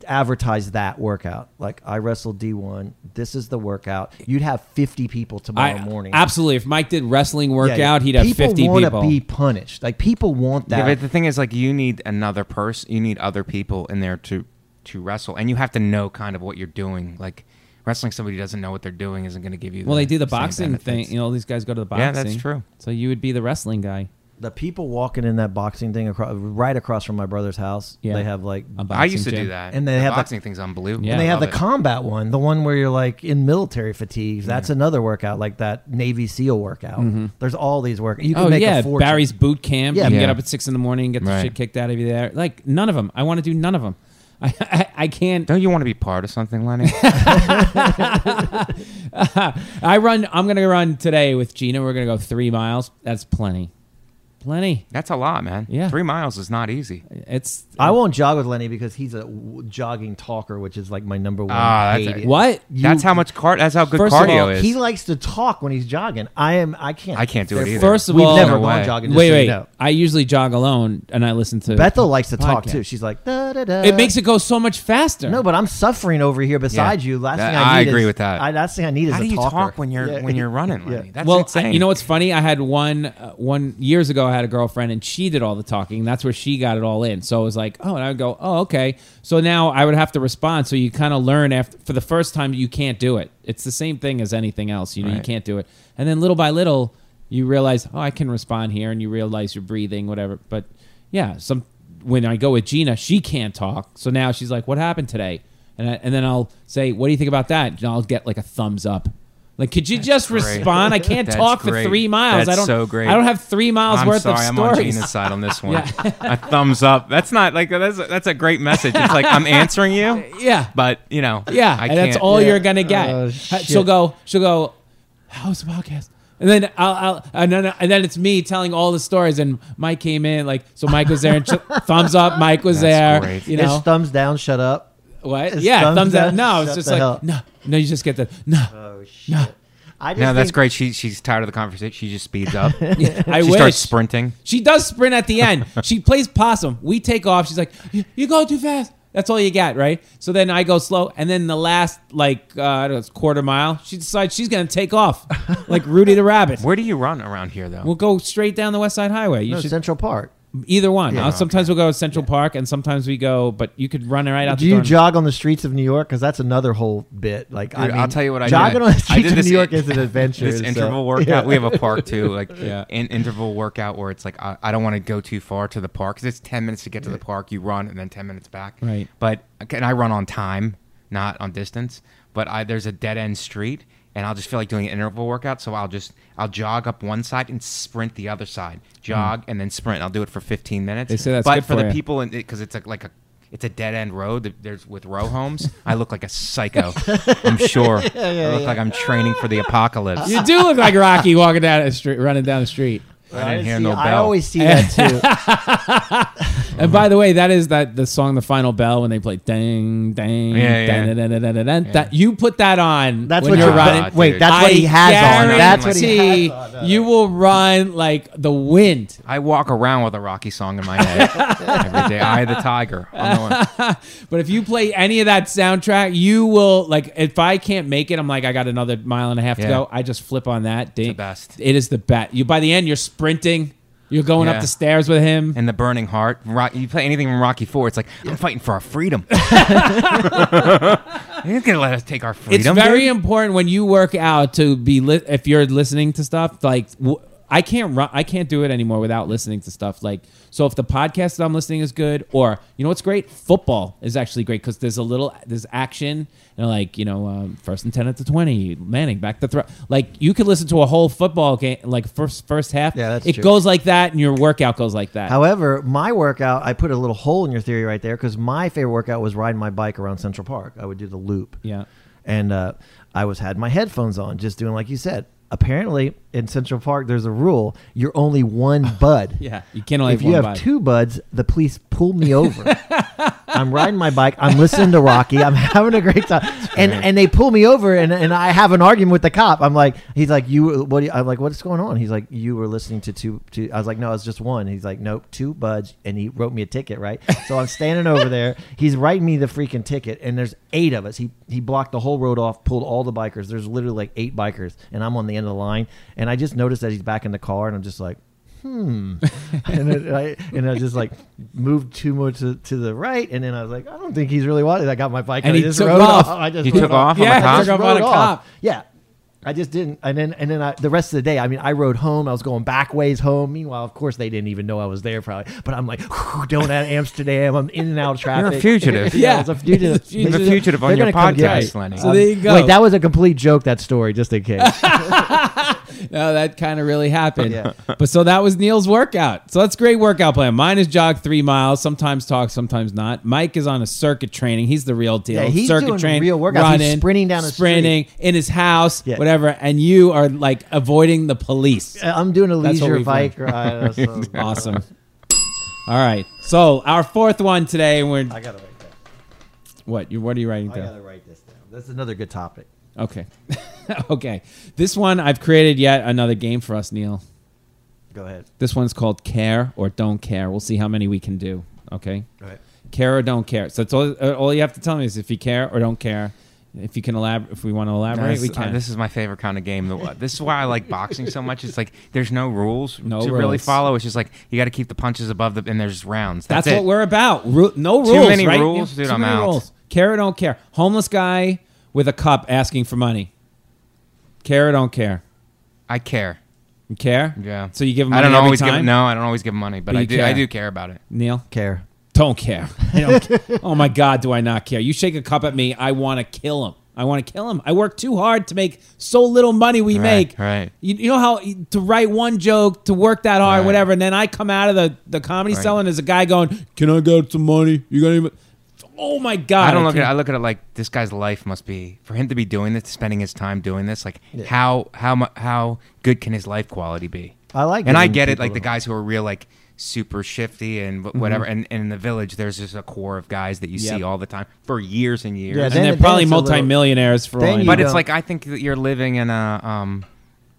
S5: advertise that workout, like I wrestled D one, this is the workout. You'd have fifty people tomorrow
S2: I,
S5: morning.
S2: Absolutely. If Mike did wrestling
S5: Yeah,
S2: workout,
S5: yeah.
S2: he'd have
S5: people
S2: fifty
S5: wanna
S2: people.
S5: be punished. Like people want
S4: Yeah,
S5: that.
S4: but the thing is, like, you need another person. You need other people in there to to wrestle, and you have to know kind of what you're doing. Like, wrestling somebody who doesn't know what they're doing isn't going to give you.
S2: well, they do the
S4: same
S2: boxing thing.
S4: benefits.
S2: You know, all these guys go to the boxing.
S4: Yeah, that's true.
S2: So you would be the wrestling guy.
S5: the people walking in that boxing thing across, right across from my brother's house.
S2: Yeah.
S5: They have like,
S2: A boxing
S4: I used to
S2: gym.
S4: do that,
S5: And they
S4: the
S5: have the-
S4: boxing thing's unbelievable.
S2: Yeah.
S5: and
S2: I
S5: they have
S4: Love
S5: the
S4: it.
S5: combat one, the one where you're like in military fatigues. That's another workout, like that Navy SEAL workout. There's all these workouts. You can
S2: Oh
S5: make
S2: yeah,
S5: a fortune.
S2: Barry's boot camp.
S5: Yeah.
S2: You can get
S4: Yeah.
S2: up at six in the morning and get the
S4: Right.
S2: shit kicked out of you there. Like none of them. I want to do none of them. I, I, I can't.
S4: Don't you want to be part of something, Lenny?
S2: I run. I'm gonna run today with Gina. We're gonna go three miles. That's plenty. Plenty.
S4: That's a lot, man.
S2: Yeah.
S4: Three miles is not easy.
S2: It's
S5: I won't jog with Lenny because he's a w- jogging talker, which is like my number one.
S4: Ah, that's
S5: hate.
S4: a-
S2: what
S4: that's how much card. That's how good
S2: First of
S4: cardio
S2: all,
S4: is.
S5: He likes to talk when he's jogging. I am. I can't.
S4: I can't do it
S5: Therefore-
S4: either.
S2: First of
S5: We've
S2: all-
S5: never
S4: No
S5: gone
S4: way.
S5: jogging. Just
S2: Wait,
S5: so you
S2: wait.
S5: know.
S2: I usually jog alone and I listen to.
S5: Bethel likes to talk
S2: podcast.
S5: too. She's like, da, da, da.
S2: It makes it go so much faster.
S5: No, but I'm suffering over here beside
S4: Yeah.
S5: you. Last
S4: That-
S5: thing
S4: I
S5: I, need
S4: agree
S5: is-
S4: with that.
S5: I, last thing I need is
S4: how
S5: a
S4: do you
S5: talker.
S4: talk when you're
S5: Yeah.
S4: when you're running,
S5: Yeah.
S4: Lenny? That's
S2: well, I-
S4: insane.
S2: you know what's funny? I had one uh, one years ago. I had a girlfriend, and she did all the talking. That's where she got it all in. So it was like, oh, and I would go, oh, okay. So now I would have to respond. So you kind of learn after for the first time you can't do it. It's the same thing as anything else. You know, you
S4: Right.
S2: can't do it. And then little by little, you realize, oh, I can respond here, and you realize you're breathing, whatever. But yeah, some when I go with Gina, she can't talk. So now she's like, what happened today? And I, and then I'll say, what do you think about that? And I'll get like a thumbs up. Like, could you just
S4: great.
S2: respond? I can't
S4: That's
S2: talk for
S4: great.
S2: three miles.
S4: That's
S2: I don't.
S4: so great.
S2: I don't have three miles
S4: I'm
S2: worth
S4: sorry,
S2: of
S4: I'm on
S2: stories.
S4: Gina's side on this one. a thumbs up. That's not like that's that's a great message. It's like I'm answering you.
S2: Yeah.
S4: but you know,
S2: yeah,
S4: I
S2: and that's
S4: can't-
S2: all
S5: Yeah.
S2: you're gonna get.
S5: Oh,
S2: Uh, she'll
S5: shit.
S2: go. She'll go. How's the podcast? And then I'll, I'll and then and then it's me telling all the stories. And Mike came in like so. Mike was there. And ch- thumbs up. Mike was
S4: That's
S2: there.
S4: great.
S2: You
S5: It's
S2: know
S5: thumbs down, shut up.
S2: what?
S5: it's
S2: yeah,
S5: thumbs
S2: thumbs up.
S5: up,
S2: No, it's
S5: shut
S2: just
S5: the
S2: like
S5: hell up.
S2: no, no. You just get the no.
S5: Oh shit!
S2: No.
S5: I just
S4: No, that's
S5: think-
S4: great. She she's tired of the conversation. She just speeds up.
S2: I
S4: she
S2: wish.
S4: starts sprinting.
S2: She does sprint at the end. she plays possum. We take off. She's like, "You- "You go too fast." That's all you get, right? So then I go slow, and then the last like uh, I don't know, quarter mile, she decides she's gonna take off, like Rudy the Rabbit.
S4: Where do you run around here though?
S2: We'll go straight down the West Side Highway. You
S5: No,
S2: should
S5: Central Park.
S2: either one.
S5: Yeah.
S2: Uh, sometimes we'll go to Central Park, and sometimes we go. But you could run right out.
S5: Do
S2: the
S5: you
S2: door.
S5: jog on the streets of New York? Because that's another whole bit. Like, I
S4: Dude,
S5: mean,
S4: I'll tell you what I
S5: jogging
S4: did.
S5: on the
S4: I
S5: streets
S4: did
S5: of
S4: this
S5: New York
S4: in-
S5: is an adventure.
S4: this
S5: so-
S4: interval workout. We have a park too, like an interval workout where it's like I, I don't want to go too far to the park because it's ten minutes to get to the park. You run and then ten minutes back.
S2: Right.
S4: But and I run on time, not on distance. But I there's a dead end street, and I'll just feel like doing an interval workout. So I'll just I'll jog up one side and sprint the
S5: Hmm.
S4: other side, jog and then sprint. I'll do it for fifteen minutes.
S2: They say that's
S4: but
S2: good
S4: for
S2: for
S4: the
S2: you.
S4: people, because it's like, like a It's a dead end road. that- There's with row homes. I look like a psycho. I'm sure. I look like I'm training for the apocalypse.
S2: You do look like Rocky walking down the street, running down the street.
S4: I didn't hear
S5: see,
S4: no bell.
S5: I always see that too.
S2: And by the way, that is that the song, the final bell, when they play dang, dang,
S4: Yeah, yeah.
S2: dun, dun, dun, dun, dun, dun, dun. That you put that on.
S5: That's
S2: when
S5: what
S2: you're
S5: you're
S4: you're-
S2: running.
S4: Ah,
S5: Wait,
S4: dude.
S5: that's what he has
S4: guarantee
S5: on. That's what he has.
S2: guarantee You will run like the wind.
S4: I walk around with a Rocky song in my head every day. I the tiger. I'm the one.
S2: But if you play any of that soundtrack, you will like. If I can't make it, I'm like, I got another mile and a half to
S4: Yeah.
S2: go. I just flip on that. Ding.
S4: best.
S2: It is the best. You by the end, you're sprinting. You're going
S4: Yeah.
S2: up the stairs with him.
S4: and the burning heart. Rock, you play anything from Rocky Four, it's like I'm fighting for our freedom. You're gonna let us take our
S2: it's
S4: freedom.
S2: very
S4: dude?
S2: important when you work out to be li- if you're listening to stuff like w- I can't run I can't do it anymore without listening to stuff like so if the podcast that I'm listening is good or you know what's great football is actually great cuz there's a little there's action and like you know um, first and 10 at the 20 Manning back to throw like you could listen to a whole football game like first first half
S5: Yeah, that's
S2: it
S5: true.
S2: goes like that and your workout goes like that
S5: However, my workout, I put a little hole in your theory right there because my favorite workout was riding my bike around Central Park. I would do the loop.
S2: Yeah.
S5: And uh, I was had my headphones on, just doing like you said. Apparently, in Central Park, there's a rule: you're only one bud.
S2: Yeah, you can only
S5: If
S2: have
S5: you
S2: one
S5: have
S2: bud.
S5: two buds, the police pull me over. I'm riding my bike. I'm listening to Rocky. I'm having a great time, and and they pull me over, and, and I have an argument with the cop. I'm like, he's like, you, what? do you-" I'm like, what's going on? He's like, you were listening to two, two. I was like, no, it's just one. He's like, nope, two buds, and he wrote me a ticket, right? So I'm standing over there. He's writing me the freaking ticket, and there's eight of us. He he blocked the whole road off, pulled all the bikers. There's literally like eight bikers, and I'm on the end of the line, and I just noticed that he's back in the car, and I'm just like and then I and I just like moved too much to, to the right, and then I was like, I don't think he's really wanted. I got my bike,
S2: And
S5: I
S2: he
S5: just
S2: took
S5: rode
S2: off.
S5: I just
S4: He
S5: rode
S4: took off on
S2: Yeah,
S4: the
S2: he
S4: cop?
S2: took off on
S5: rode
S2: a
S5: off.
S2: cop.
S5: Yeah, I just didn't. And then and then I, the rest of the day, I mean, I rode home. I was going back ways home. Meanwhile, of course, they didn't even know I was there, probably. But I'm like, don't at Amsterdam. I'm in and out of traffic.
S4: fugitive.
S5: yeah, I
S2: Yeah.
S5: was a fugitive.
S2: You're the
S5: They're
S4: fugitive on your
S5: gonna come get
S4: podcast,
S5: me. Um,
S4: Lenny.
S2: So there you go.
S5: Wait, that was a complete joke. That story, just in case.
S2: No, Oh, that kind of really happened.
S5: Yeah.
S2: But so that was Neil's workout. So that's a great workout plan. Mine is jog three miles, sometimes talk, sometimes not. Mike is on a circuit training. He's the real deal.
S5: Yeah, he's
S2: circuit
S5: doing
S2: training,
S5: real workouts. He's
S2: running,
S5: sprinting down the street.
S2: sprinting in his house,
S5: Yeah.
S2: whatever. And you are like avoiding the police.
S5: I'm doing a
S2: That's what
S5: leisure
S2: we've
S5: bike ride. So-
S2: Awesome. All right. So our fourth one today, and we're
S5: I gotta write that.
S2: what? You what are you writing
S5: I
S2: down?
S5: gotta write this down. That's another good topic.
S2: Okay. okay. This one I've created yet another game for us, Neil.
S5: Go ahead.
S2: This one's called Care or Don't Care. We'll see how many we can do. Okay.
S5: Go ahead.
S2: Care or don't care. So it's all, uh, all you have to tell me is if you care or don't care. If you can elaborate, if we want to
S4: No,
S2: elaborate,
S4: this,
S2: we
S4: uh,
S2: can.
S4: this is my favorite kind of game. The- This is why I like boxing so much. It's like there's no rules
S2: No
S4: to really
S2: rules.
S4: follow. It's just like you got to keep the punches above the and there's rounds. That's,
S2: That's
S4: it.
S2: what we're about. Ru- no
S4: Too
S2: rules.
S4: many
S2: right?
S4: rules?
S2: Yeah,
S4: Dude,
S2: Too
S4: I'm
S2: many
S4: out.
S2: rules. Care or don't care. Homeless guy with a cup asking for money. Care or don't care.
S4: I care.
S2: You care?
S4: Yeah.
S2: So you give him
S4: I
S2: money
S4: don't
S2: every
S4: always
S2: time?
S4: give. No, I don't always give money, but,
S2: But
S4: I
S2: you
S4: do. I
S2: care.
S4: do care about it.
S2: Neil?
S5: Care.
S2: Don't care. I don't care. oh my God, do I not care? You shake a cup at me, I want to kill him. I want to kill him. I work too hard to make so little money we
S4: Right,
S2: make.
S4: right.
S2: You, you know how to write one joke, to work that hard,
S4: Right.
S2: whatever, and then I come out of the, the comedy
S4: Right.
S2: cell and there's a guy going, Can I get some money? You got any? mo-" Oh my God.
S4: I don't look at.
S2: can't-
S4: it. I look at it like this guy's life must be for him to be doing this, spending his time doing this. Like how how mu- how good can his life quality be?
S5: I like
S4: and I
S5: giving
S4: get it.
S5: people
S4: Like the
S5: the-
S4: guys who are real, like super shifty and wh- whatever.
S2: Mm-hmm.
S4: And, and in the village, there's just a core of guys that you
S2: Yep.
S4: see all the time for years and years.
S5: Yeah,
S2: and
S5: Then-
S2: they're
S5: then
S2: probably
S5: it's a little-
S2: multimillionaires for all
S5: Then
S2: I
S5: you
S2: know.
S4: but it's
S5: don't-
S4: like I think that you're living in a um,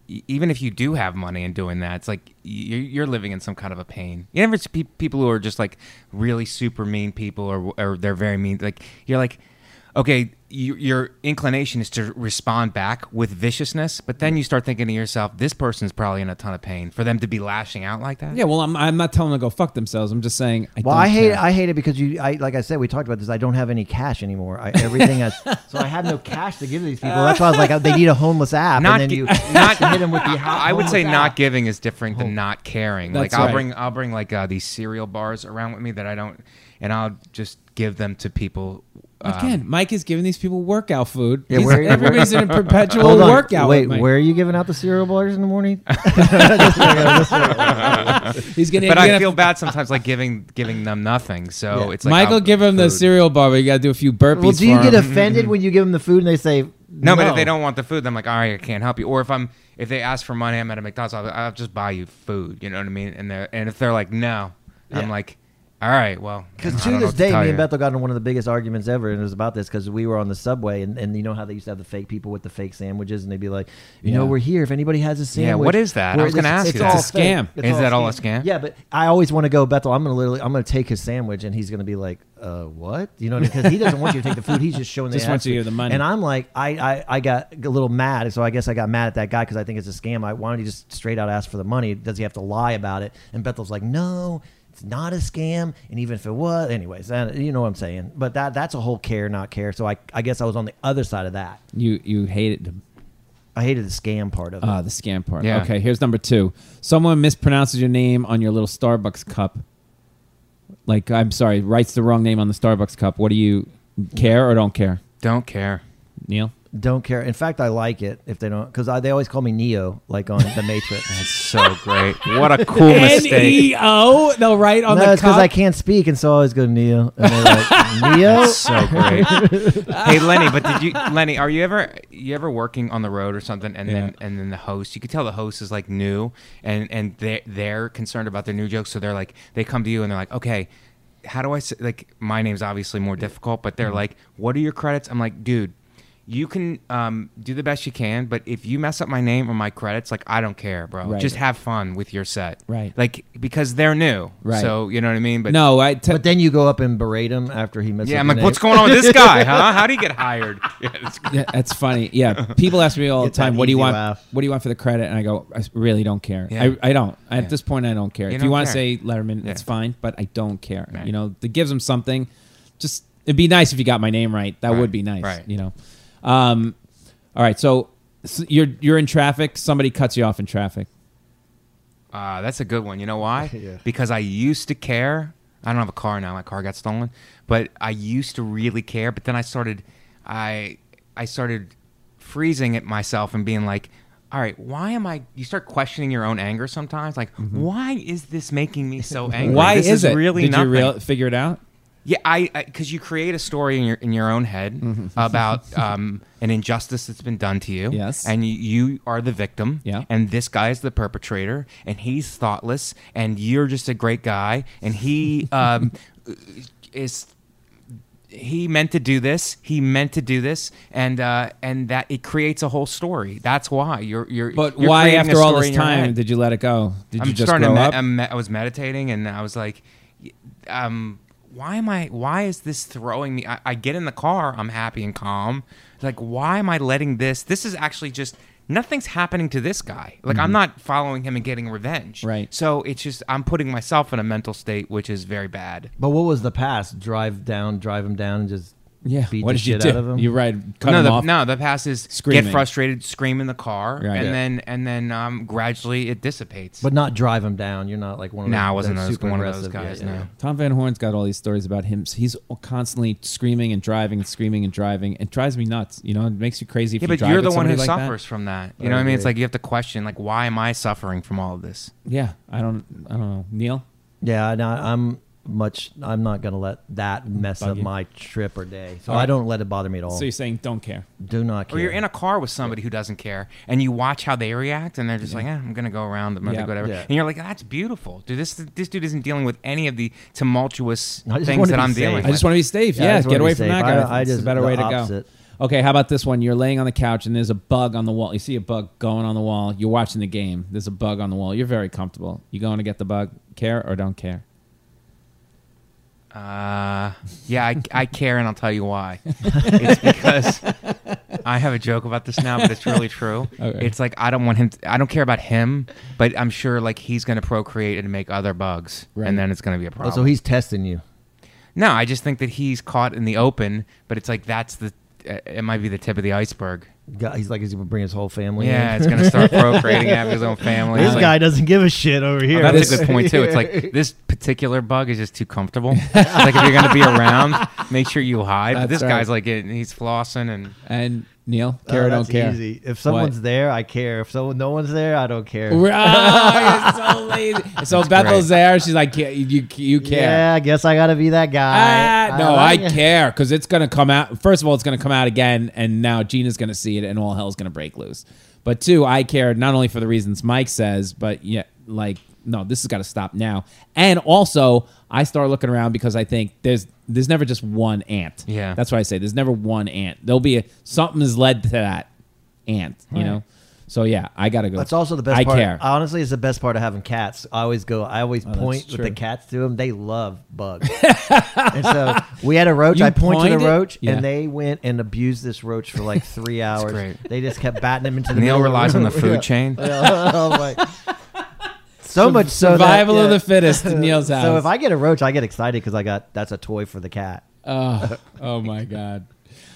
S4: e- even if you do have money and doing that, it's like y- you're, you're living in some kind of a pain. You never see pe- people who are just like really super mean people, or or they're very mean. Like you're like, okay, you, your inclination is to respond back with viciousness, but then you start thinking to yourself, this person's probably in a ton of pain for them to be lashing out like that.
S2: yeah, well, I'm, I'm not telling them to go fuck themselves. I'm just saying. I
S5: Well,
S2: don't
S5: I hate
S2: care.
S5: I hate it because you I like I said we talked about this. I don't have any cash anymore. I, everything has so I have no cash to give to these people. That's why I was like uh, they need a homeless app,
S4: Not
S5: and then
S4: gi-
S5: you,
S4: not-
S5: not, hit them with the. ho-
S4: I would say
S5: homeless
S4: not
S5: app.
S4: giving is different than not caring.
S2: Oh. That's
S4: like I'll
S2: right.
S4: bring I'll bring like uh, these cereal bars around with me that I don't, and I'll just give them to people. um,
S2: Again, Mike is giving these these people workout food.
S5: Yeah,
S2: These-
S5: where-
S2: everybody's in a perpetual
S5: Hold on.
S2: workout.
S5: Wait,
S2: mate.
S5: where are you giving out the cereal bars in the morning? uh,
S2: he's gonna?
S4: but
S2: he's
S4: I
S2: gonna-
S4: feel bad sometimes, like giving giving them nothing. So
S5: Yeah.
S4: it's like
S2: Michael,
S4: I'm-
S2: give him the
S4: food.
S2: cereal bar, but you gotta do a few burpees.
S5: well, do you
S2: for
S5: get
S2: him.
S5: offended when you give them the food and they say
S4: No, but if they don't want the food, then I'm like, all right, I can't help you. Or if I'm if they ask for money, I'm at a McDonald's. I'll, I'll just buy you food. You know what I mean? And they and if they're like, no, I'm
S5: Yeah.
S4: like, all right, well,
S5: Because
S4: I
S5: to
S4: don't know
S5: this
S4: what
S5: day,
S4: tell
S5: me
S4: you.
S5: and Bethel got in one of the biggest arguments ever, and it was about this because we were on the subway, and, and you know how they used to have the fake people with the fake sandwiches, and they'd be like, you know,
S2: Yeah.
S5: we're here. If anybody has a sandwich,
S4: Yeah, what is that? I
S5: we're-
S4: was gonna ask you that.
S5: all
S4: It's
S2: a scam.
S5: fake.
S4: Is that all a scam?
S5: Yeah, but I always want to go, Bethel. I'm gonna literally, I'm gonna take his sandwich, and he's gonna be like, uh, what? You know, because he doesn't want you to take the food. He's just showing.
S2: Just
S5: the
S2: wants you to
S5: attitude.
S2: give the money.
S5: And I'm like, I, I, I got a little mad, so I guess I got mad at that guy because I think it's a scam. I wanted to just straight out ask for the money. Does he have to lie about it? And Bethel's like, no, it's not a scam. And even if it was, anyways, that, you know what I'm saying. But that that's a whole care not care. So I, I guess I was on the other side of that.
S2: You you hated them.
S5: I hated the scam part of it.
S2: Ah, the scam part.
S4: Yeah.
S2: Okay, here's number two. Someone mispronounces your name on your little Starbucks cup. Like, I'm sorry, writes the wrong name on the Starbucks cup. What do you care or don't care,
S4: Don't care.
S2: Neil?
S5: don't care. In fact, I like it if they don't because they always call me Neo, like on The Matrix.
S4: That's so great. What a cool mistake.
S2: E O. They'll write on
S5: no, it's because I can't speak, and so I always go Neo. And they're like, Neo.
S4: That's so great. hey Lenny, but did you Lenny, are you ever you ever working on the road or something and then and then the host, you could tell the host is like new and and they they're concerned about their new jokes, so they're like they come to you and they're like, "Okay, how do I say, like my name's obviously more difficult, but
S2: Mm-hmm.
S4: they're like, "What are your credits?" I'm like, "Dude, you can um, do the best you can, but if you mess up my name or my credits, like I don't care, bro.
S2: Right.
S4: Just have fun with your set,
S2: Right.
S4: Like because they're new,
S2: Right.
S4: So you know what I mean. But
S2: no, I. T-
S5: But then you go up and berate him after he misses.
S4: yeah, I'm like, what's going on with this guy? Huh? How do you get hired? Yeah, it's-
S2: yeah, that's funny. Yeah, people ask me all the
S5: Get that
S2: time, "What do you
S5: easy
S2: want?
S5: laugh.
S2: What do you want for the credit?" And I go, "I s- really don't care.
S4: Yeah.
S2: I, I don't. At
S4: Yeah.
S2: this point, I don't care.
S4: You
S2: if
S4: don't
S2: you want to
S4: care.
S2: say Letterman,
S4: Yeah.
S2: it's fine, but I don't care.
S4: Right.
S2: You know, it gives them something. Just it'd be nice if you got my name right. That
S4: Right.
S2: would be nice.
S4: Right.
S2: You know. Um, all right, so s you're you're in traffic. Somebody cuts you off in traffic.
S4: Ah, that's a good one. You know why?
S5: Yeah.
S4: Because I used to care. I don't have a car now. My car got stolen, but I used to really care. But then I started, I, I started freezing at myself and being like, "All right, why am I?" You start questioning your own anger sometimes. Like, why is this making me so angry?
S2: Mm-hmm. Why
S4: This
S2: is it?
S4: Really
S2: Did
S4: nothing.
S2: you real, figure it out?
S4: Yeah, I because you create a story in your in your own head
S2: Mm-hmm.
S4: about um, an injustice that's been done to you.
S2: Yes.
S4: and you, you are the victim.
S2: Yeah.
S4: and this guy is the perpetrator, and he's thoughtless, and you're just a great guy, and he um, is he meant to do this. He meant to do this, and uh, and that it creates a whole story. That's why you're you're.
S2: But
S4: you're
S2: why,
S4: creating a
S2: after all
S4: story
S2: this
S4: in your
S2: time,
S4: head.
S2: did you let it go? Did
S4: I'm
S2: you just
S4: starting
S2: grow
S4: to me-
S2: up?
S4: I'm- i was meditating and I was like, y- um, why am I? Why is this throwing me? I, I get in the car, I'm happy and calm. It's Like, why am I letting this? This is actually just nothing's happening to this guy. Like, I'm not following him and getting revenge.
S2: Mm-hmm. Right.
S4: So it's just I'm putting myself in a mental state which is very bad.
S5: But what was the pass? Drive down, drive him down, and just
S2: yeah.
S5: beat
S2: What
S5: the
S2: did you
S5: shit
S2: do?
S5: out of him.
S2: You right? Cut
S4: no,
S2: him
S4: the,
S2: off.
S4: no, the pass is
S2: Screaming.
S4: get frustrated, scream in the car,
S2: Right.
S4: and
S2: Yeah.
S4: then and then um, gradually it dissipates.
S5: but not drive him down. You're not like one of
S4: no,
S5: those,
S4: I wasn't
S5: those
S4: those,
S5: super
S4: one of those
S5: aggressive-
S4: guys.
S5: yeah, yeah, yeah.
S4: No.
S2: Tom Van Horn's got all these stories about him. He's constantly screaming and driving and screaming and driving. It drives me nuts. You know, it makes you crazy. If
S4: Yeah,
S2: you
S4: but
S2: drive
S4: you're
S2: at
S4: the one
S2: somebody
S4: who
S2: like that.
S4: suffers from that. You know what I mean? It's like you have to question, like, why am I suffering from all of this?
S2: Yeah, I don't. I don't know, Neil.
S5: Yeah, no, I'm much. I'm not gonna let that mess up
S2: you.
S5: my trip or day. So
S2: All right.
S5: I don't let it bother me at all.
S2: So you're saying don't care?
S5: Do not care.
S4: Or you're in a car with somebody who doesn't care, and you watch how they react, and they're just like, eh, "I'm gonna go around them, I think,
S2: Yeah.
S4: whatever."
S5: Yeah.
S4: And you're like, "That's beautiful, dude. This this dude isn't dealing with any of the tumultuous
S5: I just
S4: things
S5: wanna
S4: that
S5: be
S4: I'm
S5: safe.
S4: dealing
S2: I just
S4: with."
S2: want to be safe.
S5: Yeah, I
S2: Yeah, get
S5: just wanna be
S2: away from
S5: safe.
S2: that
S5: I-
S2: guy.
S5: I
S2: It's a
S5: just-
S2: better
S5: the
S2: way to
S5: opposite.
S2: go. Okay, how about this one? You're laying on the couch and there's a bug on the wall. You see a bug going on the wall. You're watching the game. There's a bug on the wall. You're very comfortable. You going to get the bug? Care or don't care?
S4: Uh, yeah, I, I care, and I'll tell you why. it's because I have a joke about this now, but it's really true.
S2: Okay.
S4: It's like I don't want him. To, I don't care about him, but I'm sure like he's gonna procreate and make other bugs,
S2: Right.
S4: and then it's gonna be a
S5: Oh,
S4: problem.
S5: so he's testing you.
S4: No, I just think that he's caught in the open, but it's like that's the uh, it might be the tip of the iceberg.
S5: guy, he's like he's gonna bring his whole family.
S4: Yeah,
S5: in.
S4: it's gonna start procreating after his own family.
S5: this
S4: Like, oh,
S5: guy doesn't give a shit over here.
S4: That's a good point too. It's like this particular bug is just too comfortable. It's like if you're gonna be around, make sure you hide. But
S2: That's
S4: this guy's
S2: right.
S4: like it- he's flossing and
S2: And Neil,
S5: Oh,
S2: care or don't
S5: that's
S2: care.
S5: Easy. If someone's
S2: What?
S5: there, I care. If someone, no one's there, I don't care.
S2: We're- ah, you're so lazy. So Bethel's there. She's like, "Yeah, you you care.
S5: Yeah, I guess I gotta be that guy.
S2: Ah, no, I
S5: like it.
S2: care because it's gonna come out. First of all, it's gonna come out again, and now Gina's gonna see it, and all hell's gonna break loose. But two, I care not only for the reasons Mike says, but yeah, like no, this has got to stop now. And also, I start looking around because I think there's there's never just one ant.
S4: Yeah.
S2: that's why I say there's never one ant. There'll be a, something has led to that ant. You know. So yeah, I gotta go.
S5: That's also the best
S2: I
S5: part.
S2: care. Oh,
S5: Honestly, it's the best part of having cats. I always go. I always point with the
S2: true.
S5: cats to them. They love bugs. and so we had a roach.
S2: You
S5: I pointed to the
S2: pointed?
S5: roach,
S2: Yeah.
S5: and they went and abused this roach for like three hours.
S4: great.
S5: They just kept batting him into the.
S4: Neil
S5: middle of
S4: relies on the
S5: room.
S4: food
S5: Yeah.
S4: chain.
S5: Yeah. Oh, my. So much so Oh, that-
S2: survival of
S5: yeah.
S2: the fittest in Neil's house.
S5: So if I get a roach, I get excited because I got that's a toy for the cat.
S2: Oh, oh my god.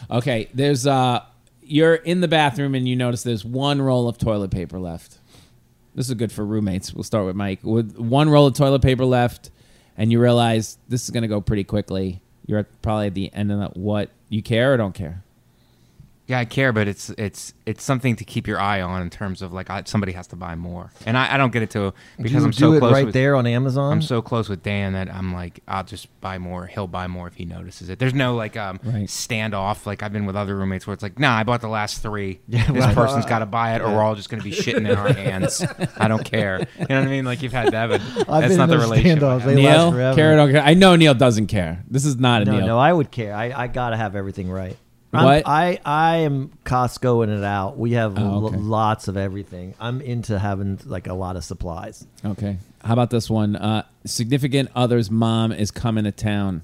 S2: Okay, there's uh you're in the bathroom and you notice there's one roll of toilet paper left. This is good for roommates. We'll start with Mike. With one roll of toilet paper left and you realize this is going to go pretty quickly. You're at probably at the end of that what you care or don't care.
S4: Yeah, I care, but it's it's it's something to keep your eye on in terms of like I, somebody has to buy more, and I, I don't get it to
S5: Do
S4: because
S5: you
S4: I'm
S5: do
S4: so
S5: it
S4: close
S5: right
S4: with,
S5: there on Amazon.
S4: I'm so close with Dan that I'm like, I'll just buy more. He'll buy more if he notices it. There's no like um
S2: Right.
S4: standoff like I've been with other roommates where it's like, nah, I bought the last three. this
S5: right.
S4: person's got to buy it, or we're all just gonna be shitting in our hands. I don't care. You know what I mean? Like you've had that, but that's
S5: been
S4: not
S5: in
S4: the
S5: those
S4: relationship. I
S5: standoffs.
S4: have.
S5: They last
S2: Neil,
S5: forever.
S2: care or don't care? I know Neil doesn't care. This is not a
S5: No,
S2: Neil.
S5: no, I would care. I, I gotta have everything right. I'm-
S2: What?
S5: I I am Costcoing it out. We have
S2: Oh,
S5: lo-
S2: okay.
S5: lots of everything. I'm into having like a lot of supplies.
S2: Okay. How about this one? Uh significant other's mom is coming to town.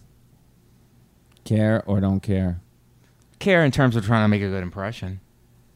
S2: Care or don't care?
S4: care in terms of trying to make a good impression.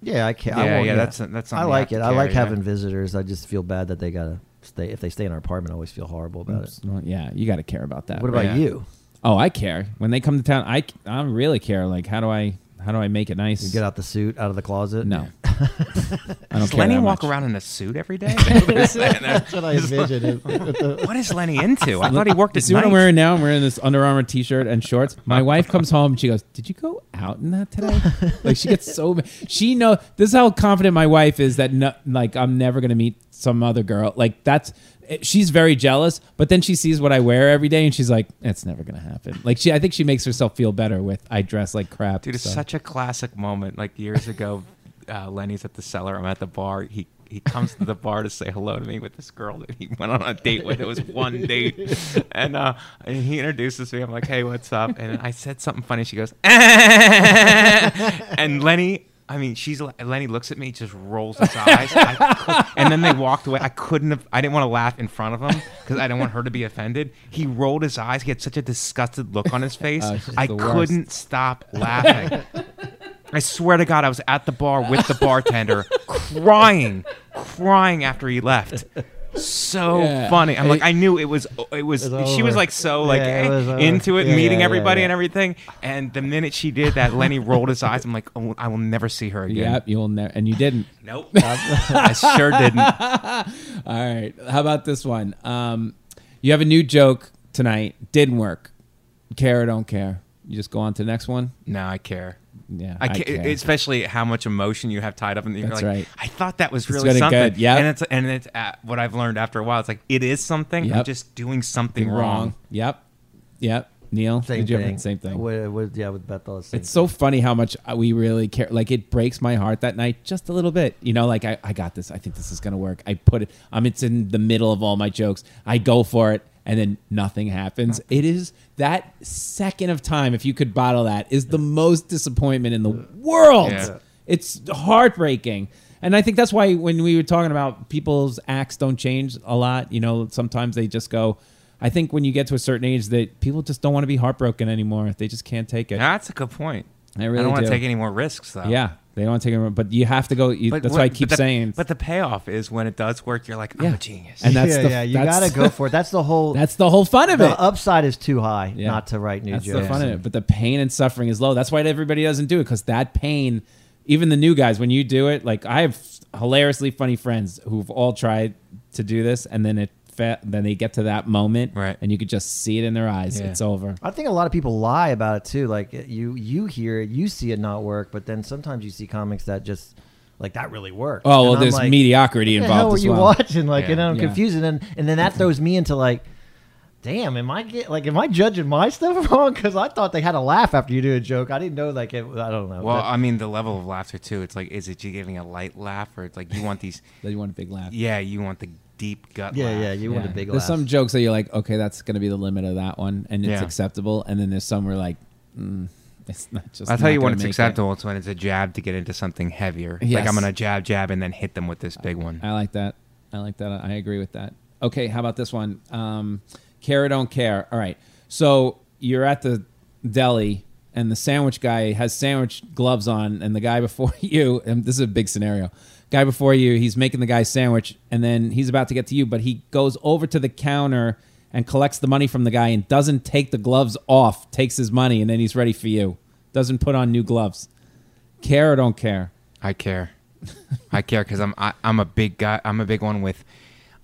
S5: Yeah, I care.
S4: Yeah,
S5: I want-
S4: yeah, that's- that's
S5: I
S4: something
S5: like
S4: you
S5: it.
S4: have
S5: I
S4: to
S5: like
S4: carry, yeah.
S5: having visitors. I just feel bad that they gotta stay. If they stay in our apartment, I always feel horrible about it.
S2: Well, yeah, you got to care about that.
S5: What about
S4: Yeah.
S5: you?
S2: Oh, I care. When they come to town, I I really care. Like, how do I how do I make it nice?
S5: You get out the suit, out of the closet.
S2: No, I don't
S4: Does
S2: care.
S4: Lenny
S2: that
S4: walk
S2: much.
S4: around in a suit every day? that's
S5: what I envisioned.
S4: What is Lenny into? I thought he worked
S2: You
S4: at
S2: see what I'm
S4: night.
S2: wearing now? I'm wearing this Under Armour T-shirt and shorts. My wife comes home and she goes, "Did you go out in that today?" like she gets so ma- she know this is how confident my wife is that no, like I'm never gonna meet some other girl. Like that's it- she's very jealous. But then she sees what I wear every day and she's like, "That's never gonna happen." Like she, I think she makes herself feel better with I dress like crap.
S4: Dude, it's
S2: so.
S4: such a classic moment. Like years ago, uh, Lenny's at the cellar. I'm at the bar. He he comes to the bar to say hello to me with this girl that he went on a date with. It was one date, and uh, and he introduces me. I'm like, hey, what's up? And I said something funny. She goes, and Lenny. I mean, she's Lenny looks at me, just rolls his eyes, I cou- and then they walked away. I couldn't have. I didn't want to laugh in front of him because I didn't want her to be offended. He rolled his eyes. He had such a disgusted look on his face.
S2: Oh, she's
S4: Uh, I
S2: the worst.
S4: couldn't stop laughing. I swear to God, I was at the bar with the bartender, crying, crying after he left. So
S2: Yeah.
S4: funny. I'm like, I knew it was. It was.
S5: It's
S4: she was
S5: over.
S4: like so like
S5: Yeah, it
S4: eh,
S5: was over.
S4: into it,
S5: Yeah,
S4: meeting
S5: yeah,
S4: everybody
S5: yeah,
S4: and everything. And the minute she did that, Lenny rolled his eyes. I'm like, oh, I will never see her again.
S2: Yep, you'll never, and you didn't.
S4: Nope. I sure didn't.
S2: All right. How about this one? Um, you have a new joke tonight. Didn't work. Care or don't care. You just go on to the next one.
S4: No, I care.
S2: Yeah,
S4: I
S2: I
S4: ca-
S2: care.
S4: especially how much emotion you have tied up in the. You're
S2: That's
S4: like,
S2: right.
S4: I thought that was
S2: It's
S4: really
S2: gonna
S4: something.
S2: good, yep.
S4: and it's and it's uh, what I've learned after a while. It's like it is something. I'm
S2: Yep.
S4: just doing something wrong.
S2: Yep. Yep. Neil,
S5: Same
S2: did you have-
S5: thing.
S2: Same thing.
S5: With, with- yeah, with Bethel. it's the same
S2: It's so funny how much we really care. Like it breaks my heart that night just a little bit. You know, like I, I got this. I think this is gonna work. I put it. Um, it's in the middle of all my jokes. I go for it, and then nothing happens. It is that second of time. If you could bottle that, is the most disappointment in the world.
S4: Yeah.
S2: It's heartbreaking. And I think that's why when we were talking about people's acts don't change a lot, you know, sometimes they just go. I think when you get to a certain age that people just don't want to be heartbroken anymore. They just can't take it.
S4: Now, that's a good point.
S2: I really
S4: don't want
S2: do.
S4: to take any more risks
S5: Oh.
S4: though.
S2: Yeah, they don't want to take it, but you have to go. You, that's
S4: what-
S2: why I keep
S4: but the-
S2: saying.
S4: But the payoff is when it does work, you're like, I'm a genius.
S2: and that's
S5: yeah,
S2: the,
S5: yeah, you
S2: that's-
S5: gotta go for it. That's the whole.
S2: That's the whole fun of
S5: the
S2: it.
S5: upside is too high
S2: Yeah.
S5: not to write new
S2: that's
S5: jokes.
S2: the fun of it. But the pain and suffering is low. That's why everybody doesn't do it because that pain even the new guys when you do it like i have hilariously funny friends who've all tried to do this and then it fa- then they get to that moment
S4: Right.
S2: and you could just see it in their eyes
S4: Yeah.
S2: it's over Oh,
S5: I think a lot of people lie about it too. Like you, you hear it, you see it not work, but then sometimes you see comics that just like that really worked.
S2: oh
S5: And
S2: well
S5: I'm
S2: there's
S5: like,
S2: mediocrity
S5: What the hell
S2: involved
S5: were
S2: as
S5: you
S2: well
S5: watching? Like, and
S4: Yeah.
S5: I'm
S2: Yeah.
S5: confused, and then and then that throws me into like, damn, am I get like, am I judging my stuff wrong? Because I thought they had a laugh after you do a joke. I didn't know like it. I don't know.
S4: Well,
S5: But-
S4: I mean, the level of laughter too. It's like, is it you giving a light laugh, or it's like you want these?
S2: They want a big laugh
S4: Yeah, you want the deep gut.
S5: yeah,
S4: laugh.
S5: yeah, you want a
S2: Yeah.
S5: big
S2: there's
S5: laugh.
S2: some jokes that you're like okay that's going to be the limit of that one and it's
S4: Yeah.
S2: acceptable and then there's some where like mm, it's not just
S4: I'll tell
S2: not
S4: you when
S2: gonna
S4: it's
S2: make it.
S4: acceptable. It's when it's a jab to get into something heavier. Like
S2: Yes.
S4: I'm gonna jab, jab, and then hit them with this big one.
S2: I like that. I like that. I agree with that. Okay, how about this one? Um, care or don't care. All right. So you're at the deli, and the sandwich guy has sandwich gloves on, and the guy before you, and this is a big scenario. Guy before you, he's making the guy's sandwich, and then he's about to get to you, but he goes over to the counter and collects the money from the guy and doesn't take the gloves off, takes his money, and then he's ready for you. Doesn't put on new gloves. Care or don't care?
S4: I care. I care because I'm I, I'm a big guy. I'm a big one with.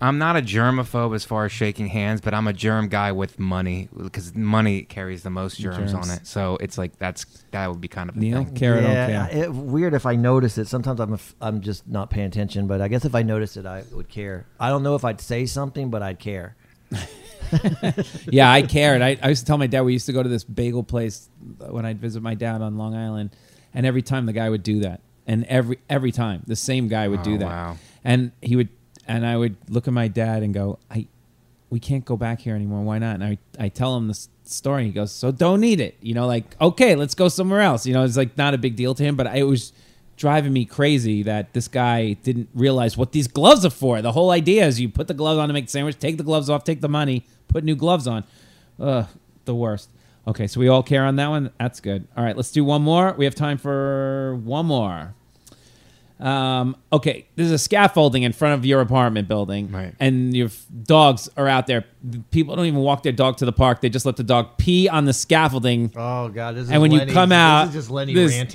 S4: I'm not a germaphobe as far as shaking hands, but I'm a germ guy with money because money carries the most germs,
S2: Germs.
S4: on it. So it's like that's that would be kind of a
S2: Neil,
S4: thing.
S2: care or don't
S5: yeah,
S2: care?
S5: it, weird if I notice it. Sometimes I'm af- I'm just not paying attention, but I guess if I noticed it, I would care. I don't know if I'd say something, but I'd care.
S2: yeah, I cared. I, I used to tell my dad we used to go to this bagel place when I'd visit my dad on Long Island, and every time the guy would do that, and every every time the same guy would
S4: Oh,
S2: do that,
S4: wow.
S2: and he would, and I would look at my dad and go, I, we can't go back here anymore. Why not? And I I tell him this story. He goes, so don't eat it. You know, like okay, let's go somewhere else. You know, it's like not a big deal to him, but I, it was driving me crazy that this guy didn't realize what these gloves are for. The whole idea is you put the gloves on to make the sandwich, take the gloves off, take the money, put new gloves on. Ugh, the worst. Okay, so we all care on that one. That's good. All right, let's do one more. We have time for one more. Um, okay, there's a scaffolding in front of your apartment building,
S4: Right.
S2: and your f- dogs are out there. People don't even walk their dog to the park; they just let the dog pee on the scaffolding
S5: Oh God! This is
S2: and when you come out, this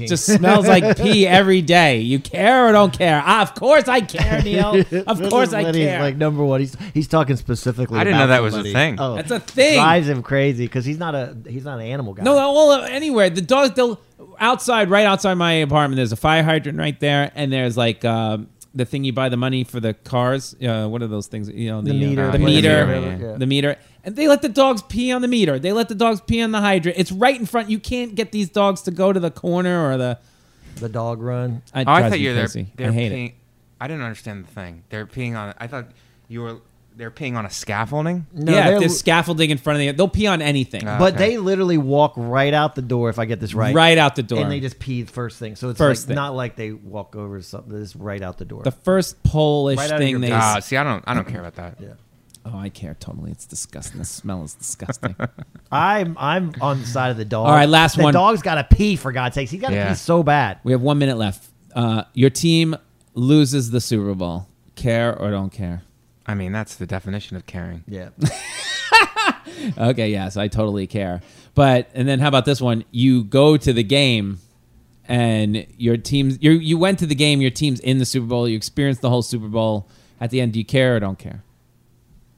S2: just smells like pee every day. You care or don't care? Ah, of course I care, Neil. Of
S5: This
S2: course
S5: is
S2: I
S5: Lenny's,
S2: care.
S5: Like number one, he's he's talking specifically.
S4: I didn't
S5: about
S4: know that was a
S5: somebody.
S4: thing.
S5: Oh,
S2: That's a thing.
S5: Drives him crazy because he's not a he's not an animal guy.
S2: no, all anywhere. The dogs. They'll outside, right outside my apartment. There's a fire hydrant right there, and there's like. Um, the thing you buy the money for the cars, uh, what are those things? You know, the,
S5: the
S2: uh,
S5: meter,
S4: uh,
S2: the
S5: whatever,
S2: meter,
S5: whatever, yeah.
S2: the meter, and they let the dogs pee on the meter. They let the dogs pee on the hydrant. It's right in front. You can't get these dogs to go to the corner or the.
S5: the dog run.
S2: It
S4: Oh, I
S2: drives
S4: thought
S2: me
S4: you were there.
S2: crazy.
S4: They're
S2: I hate it.
S4: peeing. I didn't understand the thing. They're peeing on. I thought you were. They're peeing on a scaffolding.
S5: No,
S2: yeah, if
S5: they're-
S2: there's scaffolding in front of the. They'll pee on anything.
S4: Ah.
S5: but
S4: Okay.
S5: they literally walk right out the door. If I get this right,
S2: right. out the door.
S5: and they just pee the first thing. So it's
S2: First
S5: like,
S2: thing.
S5: not like they walk over something. It's right out the door.
S2: the first Polish
S5: Right out of your
S2: thing they.
S4: Ah, see, I don't. I don't care about that.
S5: yeah.
S2: oh, I care totally. It's disgusting. The smell is disgusting.
S5: I'm I'm on the side of the dog.
S2: All right, last
S5: the
S2: one.
S5: The dog's got to pee for God's sakes. He's got to
S4: Yeah.
S5: pee so bad.
S2: we have one minute left. Uh, your team loses the Super Bowl. Care or don't care?
S4: I mean, that's the definition of caring.
S5: Yeah.
S2: Okay, yes, I totally care. But and then how about this one? You go to the game, and your team's you you went to the game. Your team's in the Super Bowl. You experienced the whole Super Bowl. At the end, do you care or don't care?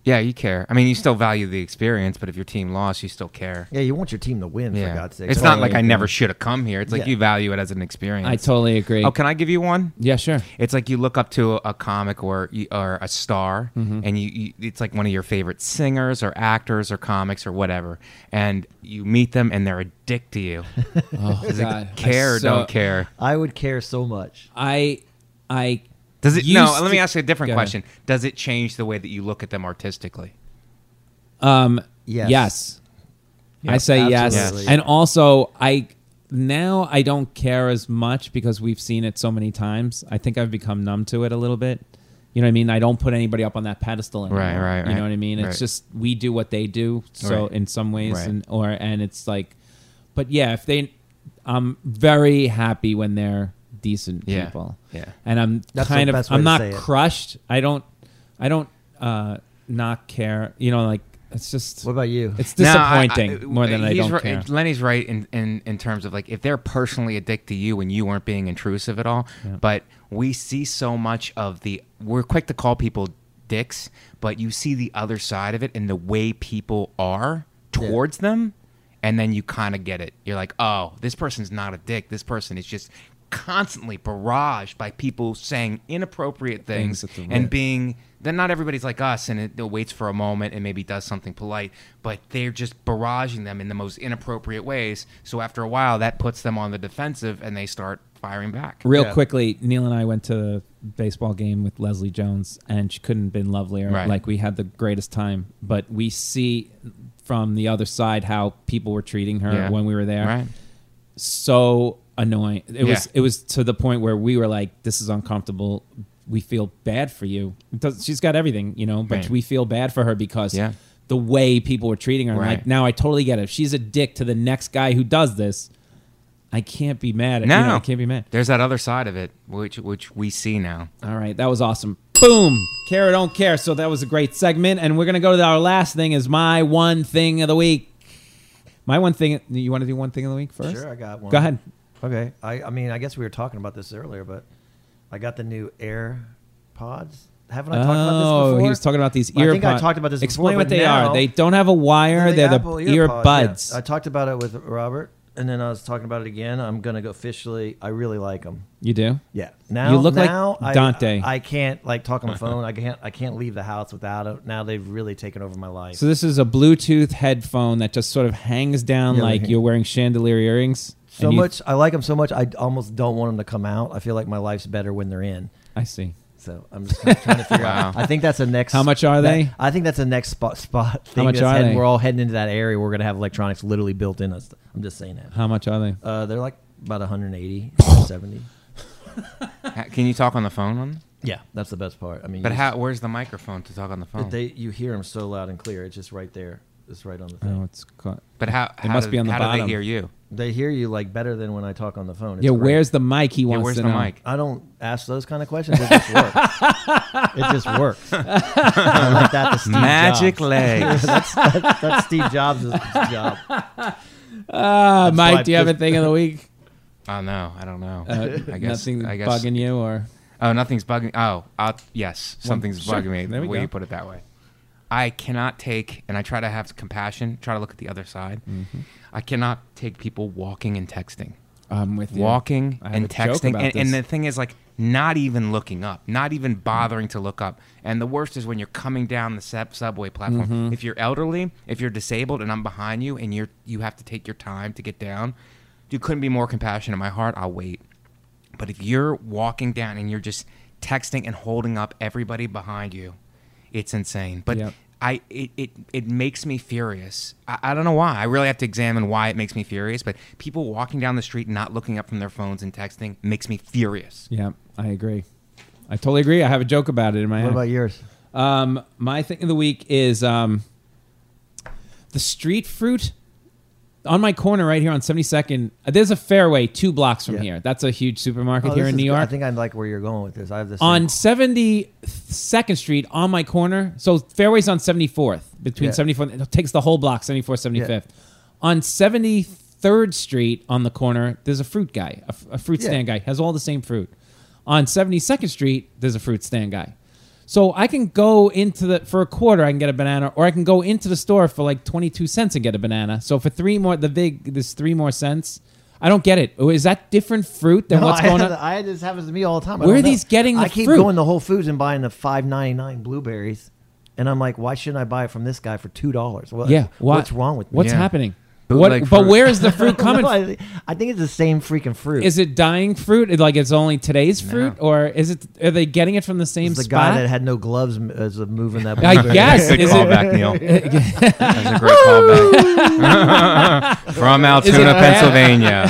S4: Yeah, you care. I mean, you still value the experience, but if your team lost, you still care.
S5: yeah. You want your team to win
S4: Yeah,
S5: for God's sakes.
S4: it's
S5: That's
S4: not
S5: all
S4: like
S5: you
S4: I
S5: can-
S4: never should have come here. It's like
S5: Yeah.
S4: you value it as an experience.
S2: I totally agree.
S4: Oh, can I give you one?
S2: Yeah, sure.
S4: It's like you look up to a comic or you- or a star,
S5: Mm-hmm.
S4: and you, you it's like one of your favorite singers or actors or comics or whatever, and you meet them and they're a dick to you.
S2: Oh, God. I
S4: care or
S2: so-
S4: don't care.
S5: I would care so much.
S2: I, I
S4: Does it?
S2: used
S4: No. Let
S2: to-
S4: me ask you a different
S2: Go ahead.
S4: question. Does it change the way that you look at them artistically?
S2: Um,
S5: Yes.
S2: yes. I say
S5: absolutely.
S2: yes. And also, I now I don't care as much because we've seen it so many times. I think I've become numb to it a little bit. You know what I mean? I don't put anybody up on that pedestal anymore.
S4: Right, right,
S2: You
S4: right.
S2: know what I mean? It's
S4: Right.
S2: just we do what they do. So
S4: Right.
S2: in some ways,
S4: Right.
S2: and or and it's like, but yeah, if they, I'm very happy when they're decent
S4: Yeah.
S2: people.
S4: Yeah.
S2: And I'm
S5: That's the
S2: kind of
S5: best way
S2: I'm
S5: to
S2: not
S5: say it.
S2: crushed. I don't I don't uh not care. You know, like It's just
S5: What about you?
S2: it's
S4: No, I-
S2: disappointing
S4: I-
S2: more than I
S4: he's
S2: don't
S4: right-
S2: care.
S4: Lenny's right in, in, in terms of like if they're personally addicted to you and you weren't being intrusive at all, but we see so much of the we're quick to call people dicks, but you see the other side of it and the way people are towards them, and then you kind of get it. You're like, oh, this person's not a dick. This person is just constantly barraged by people saying inappropriate things,
S2: Things at the
S4: and
S2: right.
S4: being then not everybody's like us and it, it waits for a moment and maybe does something polite but they're just barraging them in the most inappropriate ways so after a while that puts them on the defensive and they start firing back
S2: Real
S5: Yeah.
S2: quickly, Neil and I went to a baseball game with Leslie Jones, and she couldn't have been lovelier.
S4: Right.
S2: Like we had the greatest time, but we see from the other side how people were treating her
S4: Yeah.
S2: when we were there.
S4: right
S2: So annoying. It was
S4: Yeah.
S2: it was to the point where we were like, "This is uncomfortable. We feel bad for you." It does- she's got everything, you know, but
S4: Right.
S2: we feel bad for her because
S4: Yeah.
S2: the way people were treating her. I'm Like
S4: Right.
S2: now, I totally get it. If she's a dick to the next guy who does this. I can't be mad at you know, I can't be mad.
S4: there's that other side of it which which we see now
S2: All right, that was awesome. Boom. Care or don't care. So that was a great segment, and we're gonna go to our last thing. Is my one thing of the week. My one thing. You want to do one thing of the week first?
S5: Sure, I got one.
S2: Go ahead.
S5: Okay. I, I mean, I guess we were talking about this earlier, but I got the new AirPods. Haven't I talked about this
S2: oh,
S5: before?
S2: he was talking about these
S5: Well,
S2: ear.
S5: I think I
S2: pod-
S5: talked about this
S2: Explain
S5: before,
S2: what
S5: but
S2: they
S5: now-
S2: are. They don't have a wire. They're the,
S5: Apple
S2: earbuds.
S5: yeah. I talked about it with Robert, and then I was talking about it again. I'm going to go officially. I really like them.
S2: you do.
S5: Yeah. Now
S2: look like
S5: now I-
S2: Dante.
S5: I, can't like talk on the phone. I can't I can't leave the house without it. Now they've really taken over my life.
S2: So this is a Bluetooth headphone that just sort of hangs down
S5: Yeah, they
S2: like
S5: hang-
S2: you're wearing chandelier earrings.
S5: so
S2: and you-
S5: much I like them so much. I almost don't want them to come out. I feel like my life's better when they're in.
S2: I see.
S5: So I'm just kinda trying to figure out.
S4: Wow.
S5: I think that's the next.
S2: How much are
S5: that-
S2: they?
S5: I think that's the next spot. Spot. Thing
S2: much
S5: that's
S2: are
S5: heading-
S2: they?
S5: We're all heading into that area. We're gonna have electronics literally built in us. I'm just saying that.
S2: How much are they?
S5: Uh, they're like about 180, 170.
S4: Ha- can you talk on the phone on
S5: Yeah, that's the best part. I mean,
S4: but
S5: you
S4: how where's the microphone to talk on the phone
S5: But they you hear them so loud and clear. It's just right there. It's right on the thing.
S2: Oh, it's. Caught.
S4: but how, how
S2: must
S4: do,
S2: be on the
S4: how do
S2: bottom.
S4: they hear you
S5: They hear you like better than when I talk on the phone. It's
S2: Yeah,
S5: great.
S2: where's the mic? He
S4: yeah,
S2: wants
S4: where's
S2: to
S4: the
S2: know.
S4: mic
S5: I don't ask those kind of questions. It just works. it just works. I like that to Steve
S4: magic
S5: Jobs.
S4: legs
S5: That's Steve Jobs' job.
S2: Uh,
S5: That's why
S2: Mike, do you have a
S5: just-
S2: thing of the week?
S4: oh no i don't know i guess
S2: Uh, Nothing
S4: i guess
S2: bugging you or
S4: Oh, nothing's bugging. Oh, uh, yes, something's
S2: sure,
S4: bugging me.
S2: there we
S4: the way
S2: go.
S4: you put it that way. I cannot take, and I try to have compassion. Try to look at the other side.
S2: Mm-hmm.
S4: I cannot take people walking and texting,
S2: I'm um, with you.
S4: walking
S2: I have a
S4: and
S2: joke
S4: texting,
S2: about
S4: and, and
S2: this. Mm.
S4: the thing is, like, not even looking up, not even bothering to look up. And the worst is when you're coming down the sub- subway platform.
S2: Mm-hmm.
S4: If you're elderly, if you're disabled, and I'm behind you, and you're you have to take your time to get down, you couldn't be more compassionate. In my heart, I'll wait. But if you're walking down and you're just texting and holding up everybody behind you, it's insane. But
S2: Yep.
S4: I it, it it makes me furious. I, I don't know why. I really have to examine why it makes me furious. But people walking down the street not looking up from their phones and texting makes me furious.
S2: Yeah, I agree. I totally agree. I have a joke about it in my
S5: What
S2: head.
S5: about yours?
S2: Um, my thing of the week is um, the street fruit on my corner right here on 72nd. uh, There's a fairway two blocks from
S5: Yeah.
S2: here. That's a huge supermarket
S5: Oh,
S2: here
S5: this
S2: in New
S5: is good.
S2: York.
S5: I think I like where you're going with this. I have this
S2: on
S5: thing.
S2: 72nd Street on my corner. So fairways on 74th between
S5: Yeah.
S2: 74th it takes the whole block 74th 75th. On 73rd Street on the corner, there's a fruit guy, a, f- a fruit
S5: Yeah.
S2: stand guy has all the same fruit. On 72nd Street, there's a fruit stand guy. So I can go into the for a quarter I can get a banana or I can go into the store for like 22 cents and get a banana. So for three more the big this three more cents I don't get it. Oh, Is that different fruit than
S5: No,
S2: what's
S5: I
S2: going
S5: had-
S2: on?
S5: I had this happens to me all the time. I
S2: Where
S5: don't
S2: are
S5: know.
S2: these getting
S5: I
S2: the
S5: keep
S2: fruit?
S5: going to Whole Foods and buying the five ninety nine blueberries, and I'm like, why shouldn't I buy it from this guy for two dollars? Well,
S2: Yeah, why-
S5: what's wrong with me?
S2: What's
S4: Yeah.
S2: happening?
S4: Bootleg
S2: What, but
S4: fruit.
S2: where is the fruit coming?
S5: No,
S2: from?
S5: I, I think it's the same freaking fruit.
S2: Is it dying fruit? It- Like it's only today's fruit, or is it? Are they getting it from the same
S5: It's the
S2: spot?
S5: guy that had no gloves m- as of moving that?
S2: I
S5: blueberry.
S2: guess.
S4: Good
S2: Is it-
S4: callback, Neil. That's a great callback. From
S2: it
S4: Altoona,
S2: bad?
S4: Pennsylvania,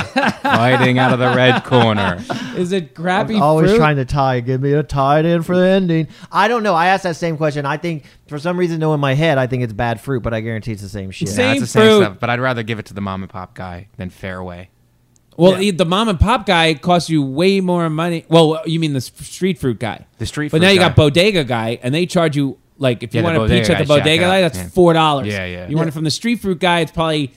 S4: fighting out of the red corner.
S2: is it crappy
S5: Always
S2: fruit?
S5: trying to tie. Give me a tie in for the ending. I don't know. I asked that same question. I think for some reason, though, in my head, I think it's bad fruit, but I guarantee it's the same shit.
S2: Same
S4: That's the same
S2: fruit.
S4: stuff. But I'd rather give it to the mom and pop guy than Fairway.
S2: well,
S5: Yeah.
S2: the mom and pop guy costs you way more money. Well, you mean the s- street fruit guy?
S4: The street
S2: But
S4: fruit
S2: now you
S4: guy.
S2: got bodega guy, and they charge you Like if you
S4: Yeah, the
S2: want a peach
S4: bodega
S2: at the
S4: guys check
S2: bodega
S4: out,
S2: guy, that's
S4: yeah.
S2: four dollars.
S4: Yeah, yeah.
S2: You want it from the street fruit guy, it's probably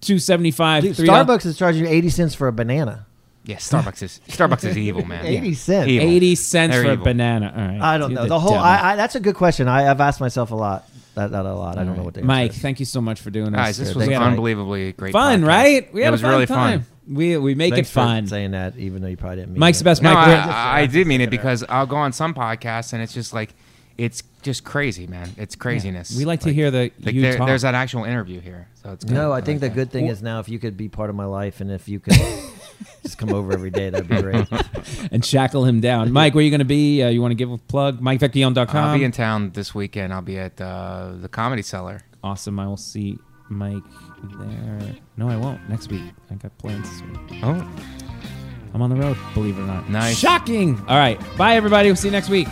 S2: two seventy five.
S5: Dude, Starbucks is charging you 80 cents for a banana.
S4: Yeah, Starbucks is Starbucks is evil, man.
S5: 80 cents.
S4: Evil.
S2: eighty cents
S4: They're
S2: for a
S4: evil.
S2: banana. All right,
S5: I don't
S2: You're
S5: know. The whole
S2: devil.
S5: I, I, that's a good question. I, I've asked myself a lot. That, that a lot. I don't know what the answer
S2: Mike,
S5: is.
S2: thank you so much for doing this.
S4: Guys, this
S2: Thank
S4: was
S2: you.
S4: unbelievably great.
S2: fun,
S4: podcast.
S2: right? We
S4: it
S2: had
S4: was
S2: a fun
S4: really
S2: time.
S4: fun.
S2: We we make
S5: Thanks
S2: it
S5: for
S2: fun.
S5: saying that, even though you probably didn't mean
S2: Mike's the
S5: it.
S2: best
S4: No,
S2: Mike.
S4: I,
S2: we're-
S4: I, I did mean it because I'll go on some podcasts and it's just like, it's just crazy, man. It's craziness.
S2: We like to hear the
S4: like
S2: you
S4: there,
S2: talk.
S4: there's an actual interview here, so it's good.
S5: No, I think the
S4: like
S5: good thing is now if you could be part of my life and if you could just come over every day, that'd be great.
S4: uh,
S2: and shackle him down. Mike, where you going to be? Uh, you want to give a plug? MikeVecchione.com.
S4: I'll be in town this weekend. I'll be at uh, the Comedy Cellar.
S2: awesome. I will see Mike there. No, I won't. Next week. I got plans this week.
S4: Oh.
S2: I'm on the road, believe it or not.
S4: Nice.
S2: Shocking. All right. Bye, everybody. We'll see you next week.